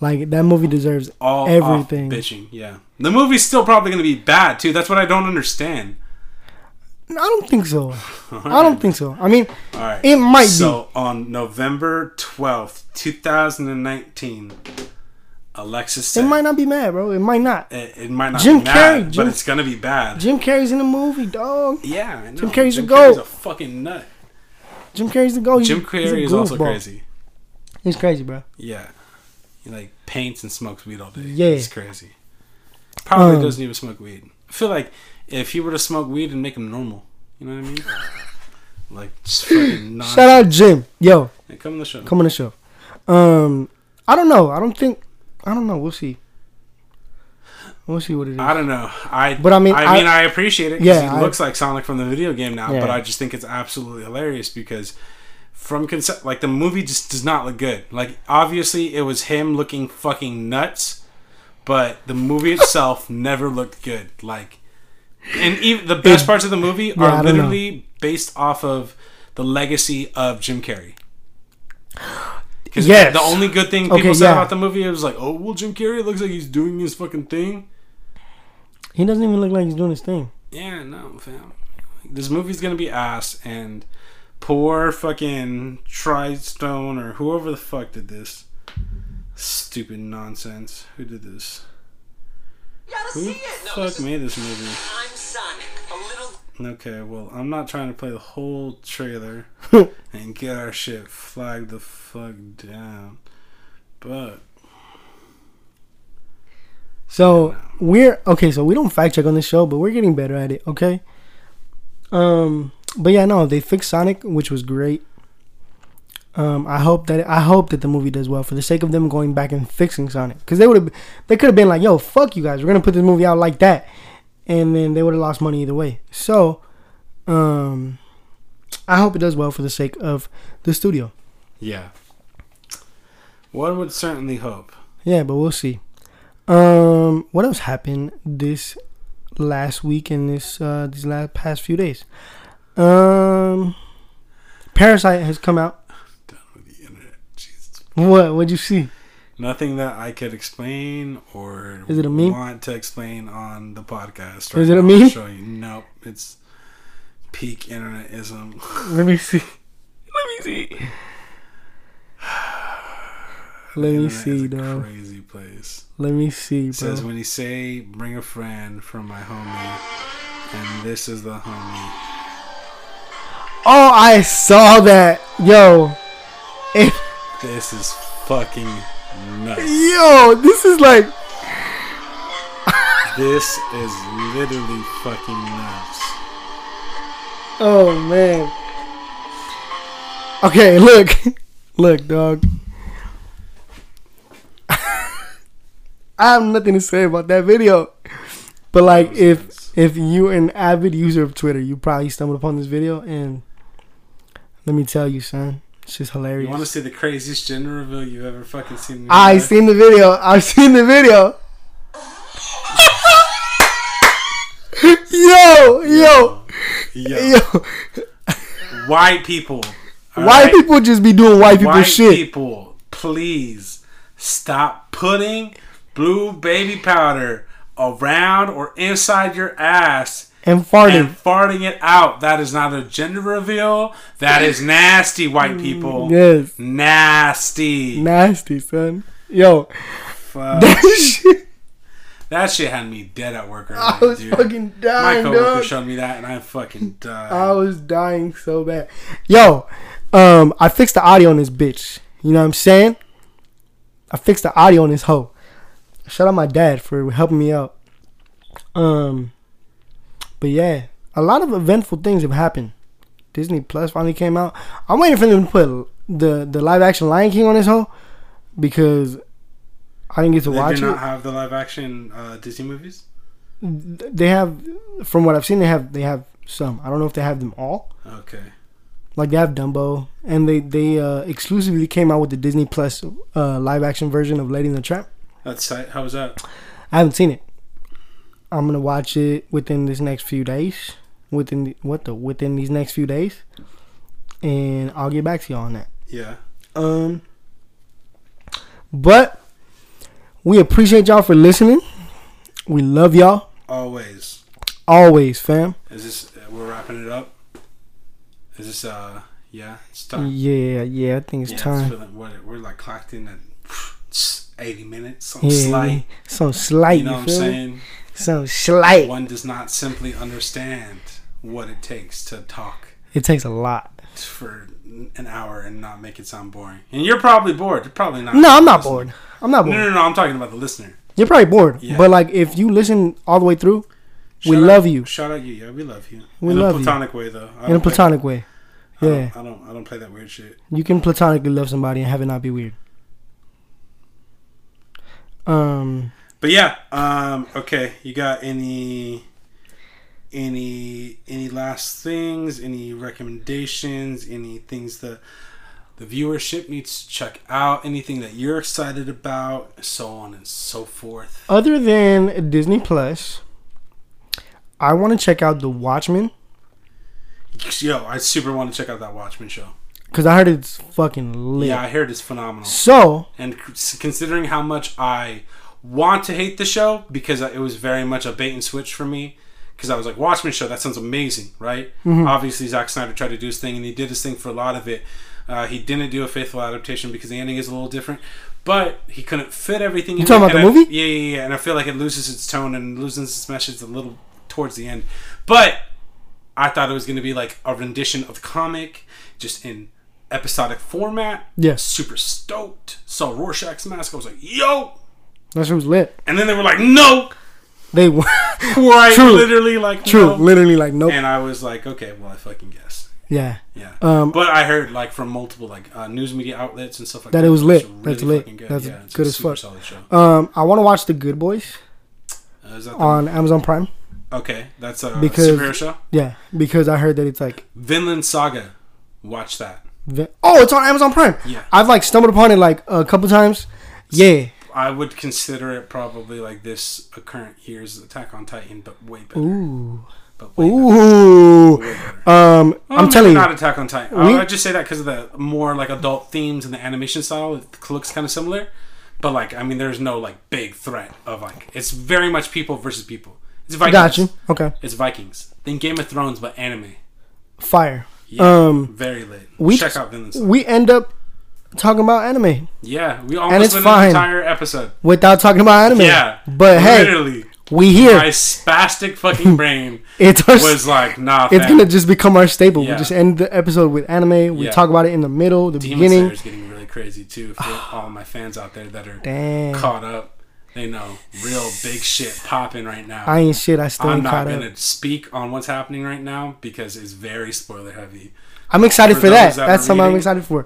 Like that movie deserves All everything. everything bitching. Yeah, the movie's still probably gonna be bad too. That's what I don't understand. No, I don't think so. I don't think so. I mean, All right. It might be. So on November 12th, 2019, Alexis it said might not be mad, bro. It might not. it, it might not Jim be bad, Carrey, Jim- but it's going to be bad. Jim Carrey's in the movie, dog. yeah, I know. Jim Carrey's a Carrey's goat. a fucking nut. Jim Carrey's the go. Jim Carrey is also crazy. He's crazy, bro. Yeah. He like paints and smokes weed all day. Yeah. It's crazy. Probably Um, doesn't even smoke weed. I feel like if he were to smoke weed and make him normal, you know what I mean? like just fucking non- Shout out Jim. Yo, Hey, Come on the show. come on the show. Um, I don't know. I don't think. I don't know. We'll see. We'll see what it is. I don't know. I But I mean, I, I- mean, I appreciate it. because Yeah, he I- looks like Sonic from the video game now. But Yeah. I just think it's absolutely hilarious because from concept, like the movie just does not look good. Like obviously, it was him looking fucking nuts, but the movie itself never looked good. Like, and even the best parts of the movie I are don't know. literally based off of the legacy of Jim Carrey. Because Yes. the only good thing people Okay, said yeah. about the movie was like, oh, well, Jim Carrey looks like he's doing his fucking thing. He doesn't even look like he's doing his thing. Yeah, no, fam. this movie's gonna be ass, and poor fucking Tristone or whoever the fuck did this stupid nonsense. Who did this? gotta Who see the it. No, fuck this is, made this movie? I'm Sonic, a little Okay, well, I'm not trying to play the whole trailer and get our shit flagged the fuck down. But So we're okay. So we don't fact check on this show, but we're getting better at it. Okay. Um. But yeah, no, they fixed Sonic, which was great. Um. I hope that I hope that the movie does well for the sake of them going back and fixing Sonic, because they would have they could have been like, "Yo, fuck you guys, we're gonna put this movie out like that," and then they would have lost money either way. So, um, I hope it does well for the sake of the studio. yeah, one would certainly hope. Yeah, but we'll see. Um, what else happened this last week and this uh, these last past few days? Um, Parasite has come out. Done with the internet, Jesus. What? What'd you see? Nothing that I could explain or Is it a meme? want to explain on the podcast. Is it a now. I'll meme? Show you. Nope, it's peak internetism. Let me see. Let me see. Let me Internet is see, a though. Crazy place. Let me see, bro. says when you say bring a friend from my homie and this is the homie Oh, I saw that, yo. It- this is fucking nuts yo, this is like, this is literally fucking nuts oh man. Okay, look, look, dog. I have nothing to say about that video. But like if if you an avid user of Twitter, you probably stumbled upon this video and let me tell you, son, it's just you want to hilarious. see the craziest gender reveal you've ever fucking seen in your I life? seen the video. I've seen the video. yo, yo, Yo, yo. white people all White right? people just be doing white people white shit. people please stop putting blue baby powder around or inside your ass and farting. and farting it out. That is not a gender reveal. That is nasty, white people. yes. Nasty. Nasty, son. Yo, Fuck. that shit. that shit had me dead at work earlier, I was dude. fucking My dying, coworker dog. showed me that, and I fucking died. I was dying so bad. Yo, um, I fixed the audio on this bitch. You know what I'm saying? I fixed the audio on this hoe. Shout out my dad for helping me out. Um, but yeah, a lot of eventful things have happened. Disney Plus finally came out. I'm waiting for them to put the the live action Lion King on this hoe because I didn't get to they watch do it. not have the live action uh, Disney movies. they have from what I've seen they have they have some. I don't know if they have them all. Okay. Like they have Dumbo and they they uh, exclusively came out with the Disney Plus uh, live action version of Lady in the Trap. That's tight. How was that? I haven't seen it. I'm going to watch it within this next few days. Within the, what the within these next few days. And I'll get back to y'all on that. Yeah. Um, but we appreciate y'all for listening. We love y'all Always. always, fam. Is this? We're wrapping it up. Is this? Uh. Yeah. It's time. Yeah, yeah, I think it's Yeah, time. feeling, we're, we're like clocked in at 80 minutes. Some Yeah, slight. So slight, You know what I'm saying? So slight. One does not simply understand what it takes to talk It takes a lot. for an hour and not make it sound boring. And you're probably bored. You're probably not. No, I'm not listening. bored. I'm not No, bored. no, no. I'm talking about the listener. You're probably bored, Yeah. but like if you listen all the way through, we Shout out- love you Shout out you. Yeah, we love you. We in love a you. platonic way, though. I in a don't play- platonic way. I don't- Yeah, I don't. I don't play that weird shit. you can platonically love somebody and have it not be weird. Um, But yeah. Um. Okay. You got any? Any any last things? Any recommendations? Any things that the viewership needs to check out? Anything that you're excited about? So on and so forth. other than Disney Plus, I want to check out The Watchmen Yo, I super want to check out that Watchmen show. because I heard it's fucking lit. Yeah, I heard it's phenomenal. So And c- considering how much I want to hate the show because it was very much a bait and switch for me, because I was like, Watchmen show, that sounds amazing, right? Mm-hmm. Obviously, Zack Snyder tried to do his thing, and he did his thing for a lot of it. Uh, he didn't do a faithful adaptation because the ending is a little different, but he couldn't fit everything. You talking about the movie? Yeah, yeah, yeah. And I feel like it loses its tone and loses its message a little towards the end. But I thought it was going to be like a rendition of the comic, just in episodic format. Yes. Super stoked. Saw Rorschach's mask. I was like, yo. That shit was lit. And then they were like, no. They were Right. True. Literally like, true, no. literally like nope. And I was like, okay, well, I fucking guess. yeah, Yeah. Um, but I heard like from multiple like uh, news media outlets and stuff like That that. it was lit. It's That's lit. fucking That's it's good a as super fuck. Solid show. Um, I want to watch The Good Boys Uh, is that the- on Amazon Prime. okay, that's a Um, because- superhero show. Yeah, because I heard that it's like, Vinland Saga. Watch that. the- oh, it's on Amazon Prime. Yeah. I've like stumbled upon it like a couple times. Yeah, I would consider it probably like this a current year's Attack on Titan, but way better. ooh, But way better. ooh. Um, Well, I'm maybe telling Mm, not you, Attack on Titan. We- I, I just say that because of the more like adult themes and the animation style. It looks kind of similar, but like I mean, there's no like big threat of like it's very much people versus people. It's Vikings. got you. Okay, It's Vikings. Then Game of Thrones, but anime. fire. Yeah, Um, very lit. we- check out Vinland. Saga. We end up talking about anime Yeah, we it's almost went fine. an entire episode. without talking about anime. Yeah, but hey, literally, we here. my spastic fucking brain It's our was like, nah. it's fam. gonna just become our staple. Yeah. We just end the episode with anime. We Yeah. talk about it in the middle, the Demon beginning. Slayer's getting really crazy too. For all my fans out there that are Damn. caught up, they know real big shit popping right now. I ain't shit. I still I'm ain't not caught gonna up. speak on what's happening right now because it's very spoiler heavy. I'm excited for for that. those that That's are something I'm reading. excited for.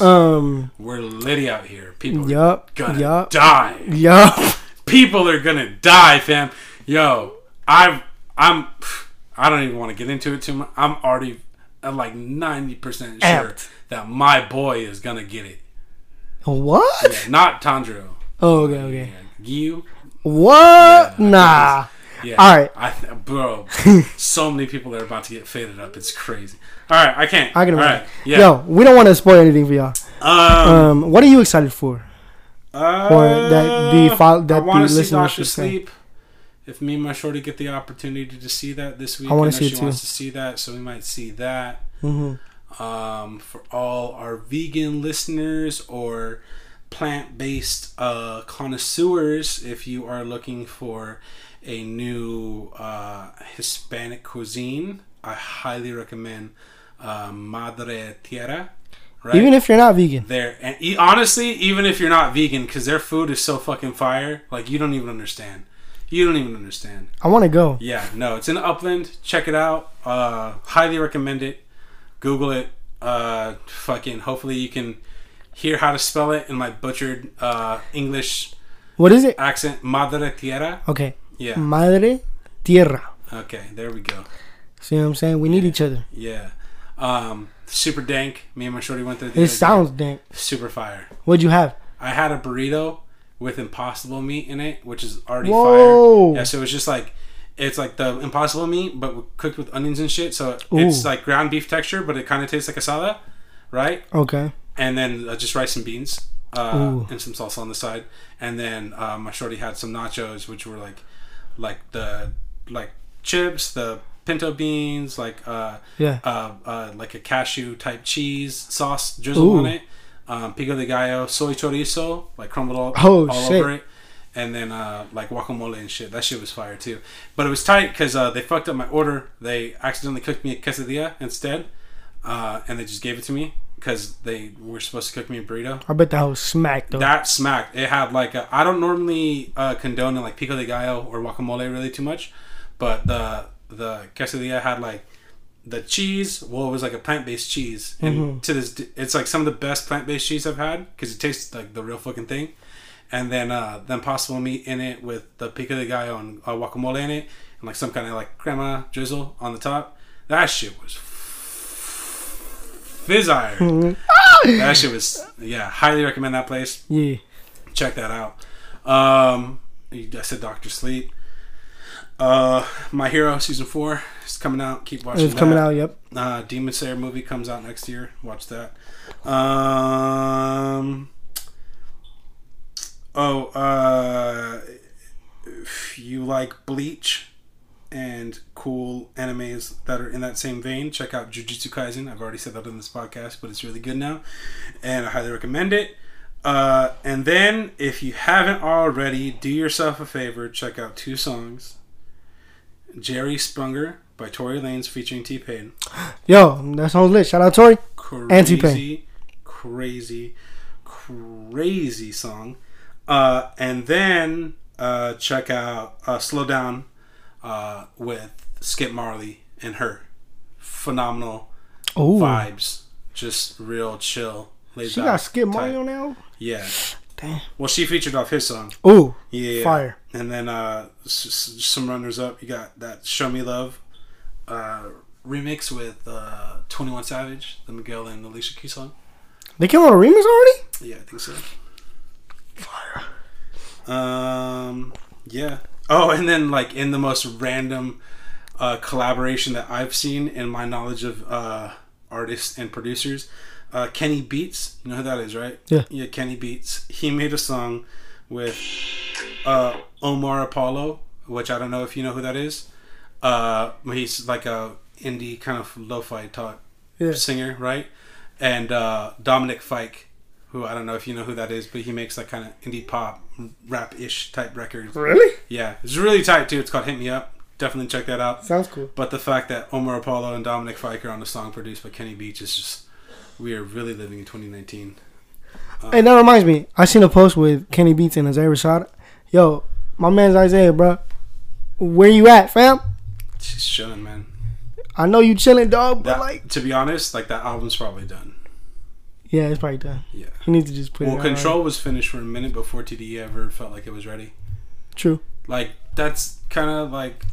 Um. We're litty out here. People are Yup. gonna Yup. die. Yup. People are gonna die, fam. Yo, I've I'm I don't even want to get into it too much. I'm already uh, like ninety percent sure Amped. that my boy is gonna get it. What? Not Tanjiro. Oh, okay. Okay. You. What? nah. Yeah. All right. I th- bro, so many people are about to get faded up. It's crazy. All right, I can't. I can All imagine. right, yeah. Yo, we don't want to spoil anything for y'all. um, Um, what are you excited for? uh, that the fol- that I the wanna see listeners Doctor should say. Sleep. If me and my shorty get the opportunity to see that this week, I wanna know see it she too. wants to see that, so we might see that. Mm-hmm. Um, for all our vegan listeners or plant-based uh, connoisseurs, if you are looking for a new uh, Hispanic cuisine, I highly recommend uh, Madre Tierra. Right? Even if you're not vegan, there and e- honestly even if you're not vegan because their food is so fucking fire like you don't even understand you don't even understand I want to go. yeah no it's in upland check it out uh highly recommend it google it uh fucking hopefully you can hear how to spell it in my butchered uh english What is it? accent madre tierra Okay. Mm. yeah Madre tierra. okay there we go See what I'm saying? We need each other. yeah um super dank me and my shorty went there the other It day. sounds dank. super fire What'd you have? I had a burrito with impossible meat in it, which is already Whoa. fire. Yeah, so it's just like it's like the impossible meat, but cooked with onions and shit. So Ooh. it's like ground beef texture, but it kind of tastes like asada, right? Okay. And then uh, just rice and beans uh, Ooh. and some salsa on the side. And then uh, my shorty had some nachos, which were like like the like chips, the pinto beans, like uh, Yeah. uh, uh, like a cashew type cheese sauce drizzle Ooh. on it, um, pico de gallo, soy chorizo, like crumbled all, Oh, all shit. over it, and then uh, like guacamole and shit. That shit was fire too. But it was tight because uh, they fucked up my order. They accidentally cooked me a quesadilla instead, uh, and they just gave it to me because they were supposed to cook me a burrito. I bet that was smacked though. That smacked. It had like a, I don't normally uh, condone like pico de gallo or guacamole really too much, but the the quesadilla had like the cheese. Well, it was like a plant based cheese, and to this, d- it's like some of the best plant based cheese I've had because it tastes like the real fucking thing. And then uh, the impossible meat in it with the pico de gallo and uh, guacamole in it, and like some kind of like crema drizzle on the top. That shit was fizz iron. that shit was yeah. Highly recommend that place yeah. check that out. Um, I said Doctor Sleep. Uh, My Hero season four is coming out. Keep watching. It's coming that. out. Yep. Uh, Demon Slayer movie comes out next year. Watch that. Um. Oh, uh, if you like Bleach, and cool animes that are in that same vein, check out Jujutsu Kaisen. I've already said that in this podcast, but it's really good now, and I highly recommend it. Uh, and then, if you haven't already, do yourself a favor, check out two songs Jerry Sprunger by Tory Lanez featuring T Pain. Yo, that sounds lit. Shout out Tori. Crazy, And T-Pain. crazy, crazy song. Uh, and then uh, check out uh, Slow Down uh, with Skip Marley and her. Phenomenal Oh, vibes. Just real chill. laid she back got Skip type. Mario now. Yeah. Damn. Well, she featured off his song. Oh, Yeah. fire. And then uh, s- s- some runners up. You got that "Show Me Love" uh, remix with uh, Twenty One Savage, the Miguel and Alicia Keys song. They came on a remix already. Yeah, I think so. Fire. Um. Yeah. Oh, and then like in the most random uh, collaboration that I've seen in my knowledge of uh, artists and producers, uh, Kenny Beats. You know who that is, right? Yeah. Yeah, Kenny Beats. He made a song with uh, Omar Apollo, which I don't know if you know who that is. Uh, he's like a indie kind of lo-fi type Yeah. singer, right? And uh, Dominic Fike, who I don't know if you know who that is, but he makes that kind of indie pop, rap ish type records. Really? Yeah, it's really tight too. It's called Hit Me Up. Definitely check that out. Sounds cool. But the fact that Omar Apollo and Dominic Fike are on the song produced by Kenny Beach is just, we are really living in 2019. Hey, that reminds me. I seen a post with Kenny Beats and Isaiah Rashad. Yo, my man's Isaiah, bro. Where you at, fam? It's just chilling, man. I know you chilling, dog, but That, like, to be honest, like that album's probably done. yeah, it's probably done. Yeah. He needs to just put Well, it out. Control was finished for a minute before TDE ever felt like it was ready. True. like that's kind of like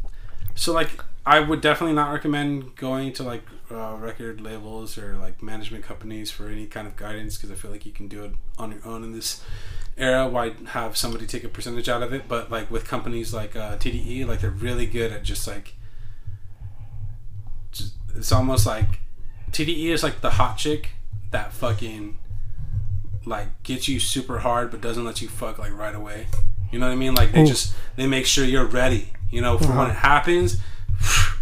so like i would definitely not recommend going to like uh, record labels or like management companies for any kind of guidance because i feel like you can do it on your own in this era why have somebody take a percentage out of it but like with companies like uh, tde like they're really good at just like just, it's almost like tde is like the hot chick that fucking like gets you super hard but doesn't let you fuck like right away you know what i mean like they Mm. just they make sure you're ready you know for when Uh-huh. it happens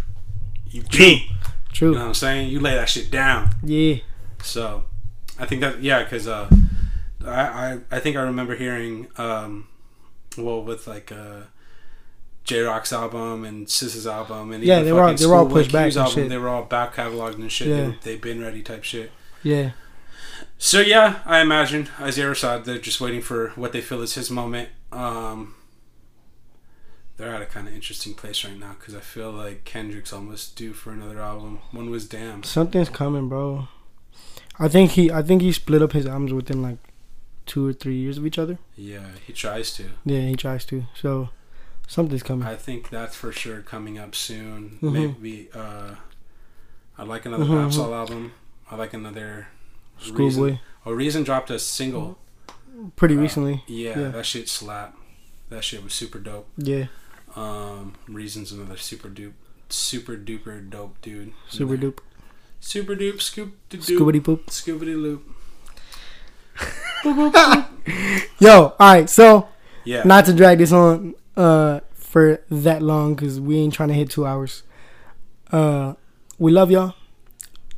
you beat True. you know what i'm saying you lay that shit down Yeah. so I think that yeah, because uh, I, I I think I remember hearing um, well with like uh, J Rock's album and Sis's album and Yeah, even they were all- fucking they were all Schoolboy pushed back Q's and shit. They were all back cataloged and shit. Yeah. They, have been ready type shit. Yeah. So yeah, I imagine Isaiah Rashad. They're just waiting for what they feel is his moment. Um, they're at a kind of interesting place right now because I feel like Kendrick's almost due for another album. One was Damn. Something's coming, bro. I think he I think he split up his albums within like two or three years of each other. Yeah, he tries to. Yeah, he tries to. So something's coming. I think that's for sure coming up soon. Mhm. Maybe uh, I'd like another Mhm, Absol album. I would like another Reason. Schoolboy. Oh, Reason dropped a single. Pretty Uh, recently. Yeah, Yeah. that shit slapped. That shit was super dope. Yeah. Um, Reason's another super dupe, super duper dope dude. Super dupe. Super dupe. Scoop de doop. Scoobity poop. Scoobity loop. Yo, alright, so Yeah. not to drag this on uh for that long because we ain't trying to hit two hours. Uh we love y'all.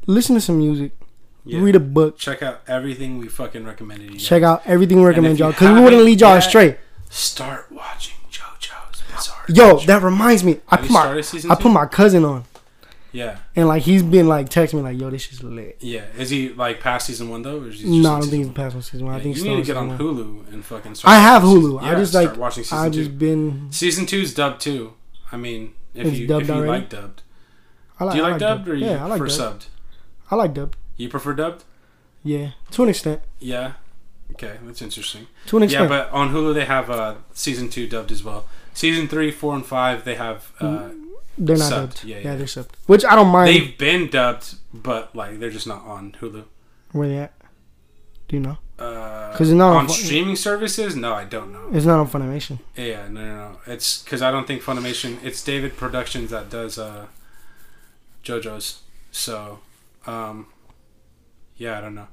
Listen to some music. yeah. Read a book. Check out everything we fucking recommended you. Check out everything we recommend if you y'all because we wouldn't haven't lead y'all yet- astray. Start watching JoJo's Bizarre. Yo, Adventure. that reminds me. I Have put you my started season I two? put my cousin on. Yeah. And like he's been like texting me like, "Yo, this is lit." Yeah, is he like past season one though? Or is he No, I on don't think season it's past one season one. I Yeah, think you still need to on get on season one. Hulu and fucking. Start I have watching Hulu. season- I yeah, just start like watching season I two. just been. Season two's dubbed too. I mean, if It's you dubbed if you already? like dubbed, I like, do you I like dubbed or you yeah, I like prefer dubbed. subbed? I like dub. You prefer dubbed? Yeah, to an extent. Yeah. Okay, that's interesting. To an Yeah, extent. but on Hulu they have uh, season two dubbed as well. Season three, four, and five they have. Uh, Mm-hmm. they're not subbed. dubbed. Yeah, Yeah, yeah, yeah. they're subbed. Which I don't mind. They've been dubbed, but like they're just not on Hulu. Where they at? Do you know? Because 'Cause it's not on on- streaming services, no, I don't know. It's not on Funimation. Yeah, no, no, no. It's because I don't think Funimation. It's David Productions that does uh, JoJo's. So, um, yeah, I don't know.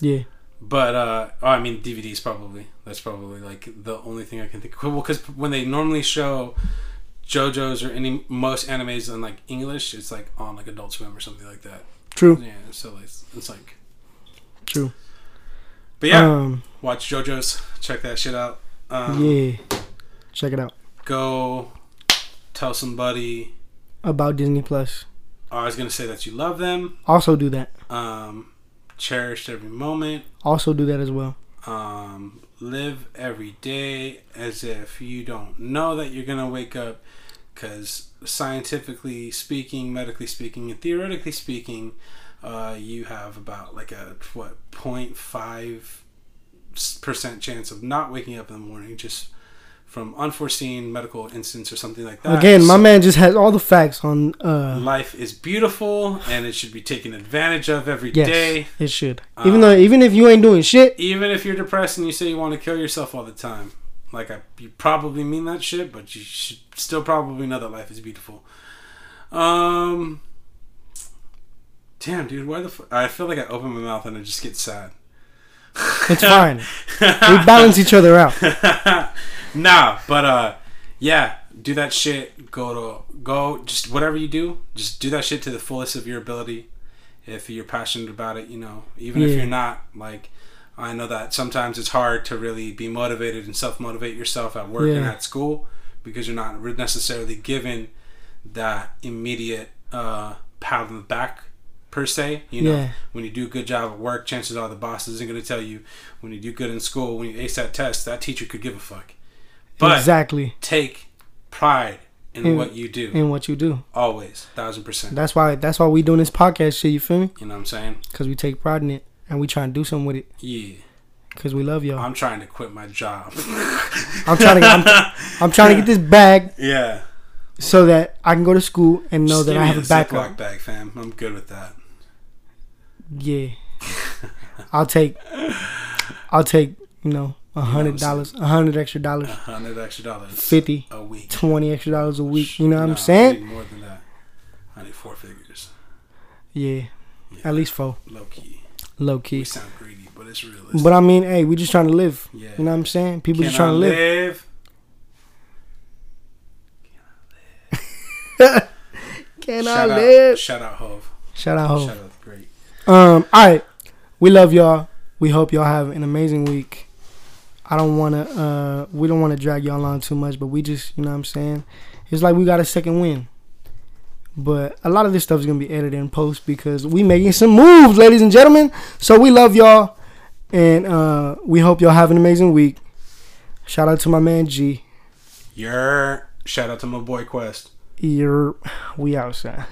Yeah, But uh, oh, I mean DVDs probably. That's probably like the only thing I can think. Well, because when they normally show JoJo's or any most animes in like English, it's like on like Adult Swim or something like that. True. Yeah, so like, it's like, True. but yeah, Um, watch JoJo's, check that shit out. Um, yeah. Check it out. Go tell somebody. About Disney Plus. I was gonna say that you love them. Also do that. Um, cherish every moment. Also do that as well. um, live every day as if you don't know that you're gonna wake up because scientifically speaking medically speaking and theoretically speaking uh, you have about like a what 0.5% chance of not waking up in the morning just from unforeseen medical instance or something like that Again, my So man just has all the facts on. uh life is beautiful and it should be taken advantage of every day. Uh, Yes, it should. even though, even if you ain't doing shit, even if you're depressed and you say you want to kill yourself all the time, like I, you probably mean that shit, but you should still probably know that life is beautiful. Um, damn, dude, why the? F- I feel like I open my mouth and I just get sad. it's fine. we balance each other out. nah, but uh, yeah, do that shit. Go to go, just whatever you do, just do that shit to the fullest of your ability. If you're passionate about it, you know, even if Yeah. you're not, like, I know that sometimes it's hard to really be motivated and self motivate yourself at work and Yeah. at school because you're not re- necessarily given that immediate uh, pat on the back per se. You know, Yeah. when you do a good job at work, chances are the boss isn't going to tell you. When you do good in school, when you ace that test, that teacher could give a fuck. But exactly take pride in In- what you do. in what you do. Always, thousand percent. That's why. That's why we doing this podcast shit. You feel me? You know what I'm saying? Because we take pride in it and we trying to do something with it. Yeah. Because we love y'all. I'm trying to quit my job. I'm trying to. I'm, I'm trying to get this bag yeah. so that I can go to school and know Just that give I me have a backup. Ziploc bag, fam. I'm good with that. Yeah. I'll take. I'll take. You know, a hundred dollars, a hundred extra dollars, Hundred extra dollars fifty, a week. twenty extra dollars a week. You know what Nah, I'm I saying? need more than that. I need four figures. Yeah. At least four, Low key. low We key. sound greedy, but it's realistic. But I mean, hey, we just trying to live. yeah. You know what I'm saying? People Can just trying I to live. live? Can shout I out, live? Shout out Hove. Shout out, Hov. Shout out the great. Um, all right. We love y'all. We hope y'all have an amazing week. I don't wanna uh we don't wanna drag y'all on too much, but we just you know what I'm saying? It's like we got a second win. But a lot of this stuff is gonna be edited in post because we making some moves, ladies and gentlemen. So we love y'all and uh we hope y'all have an amazing week. Shout out to my man G. Your shout out to my boy Quest. You're we outside.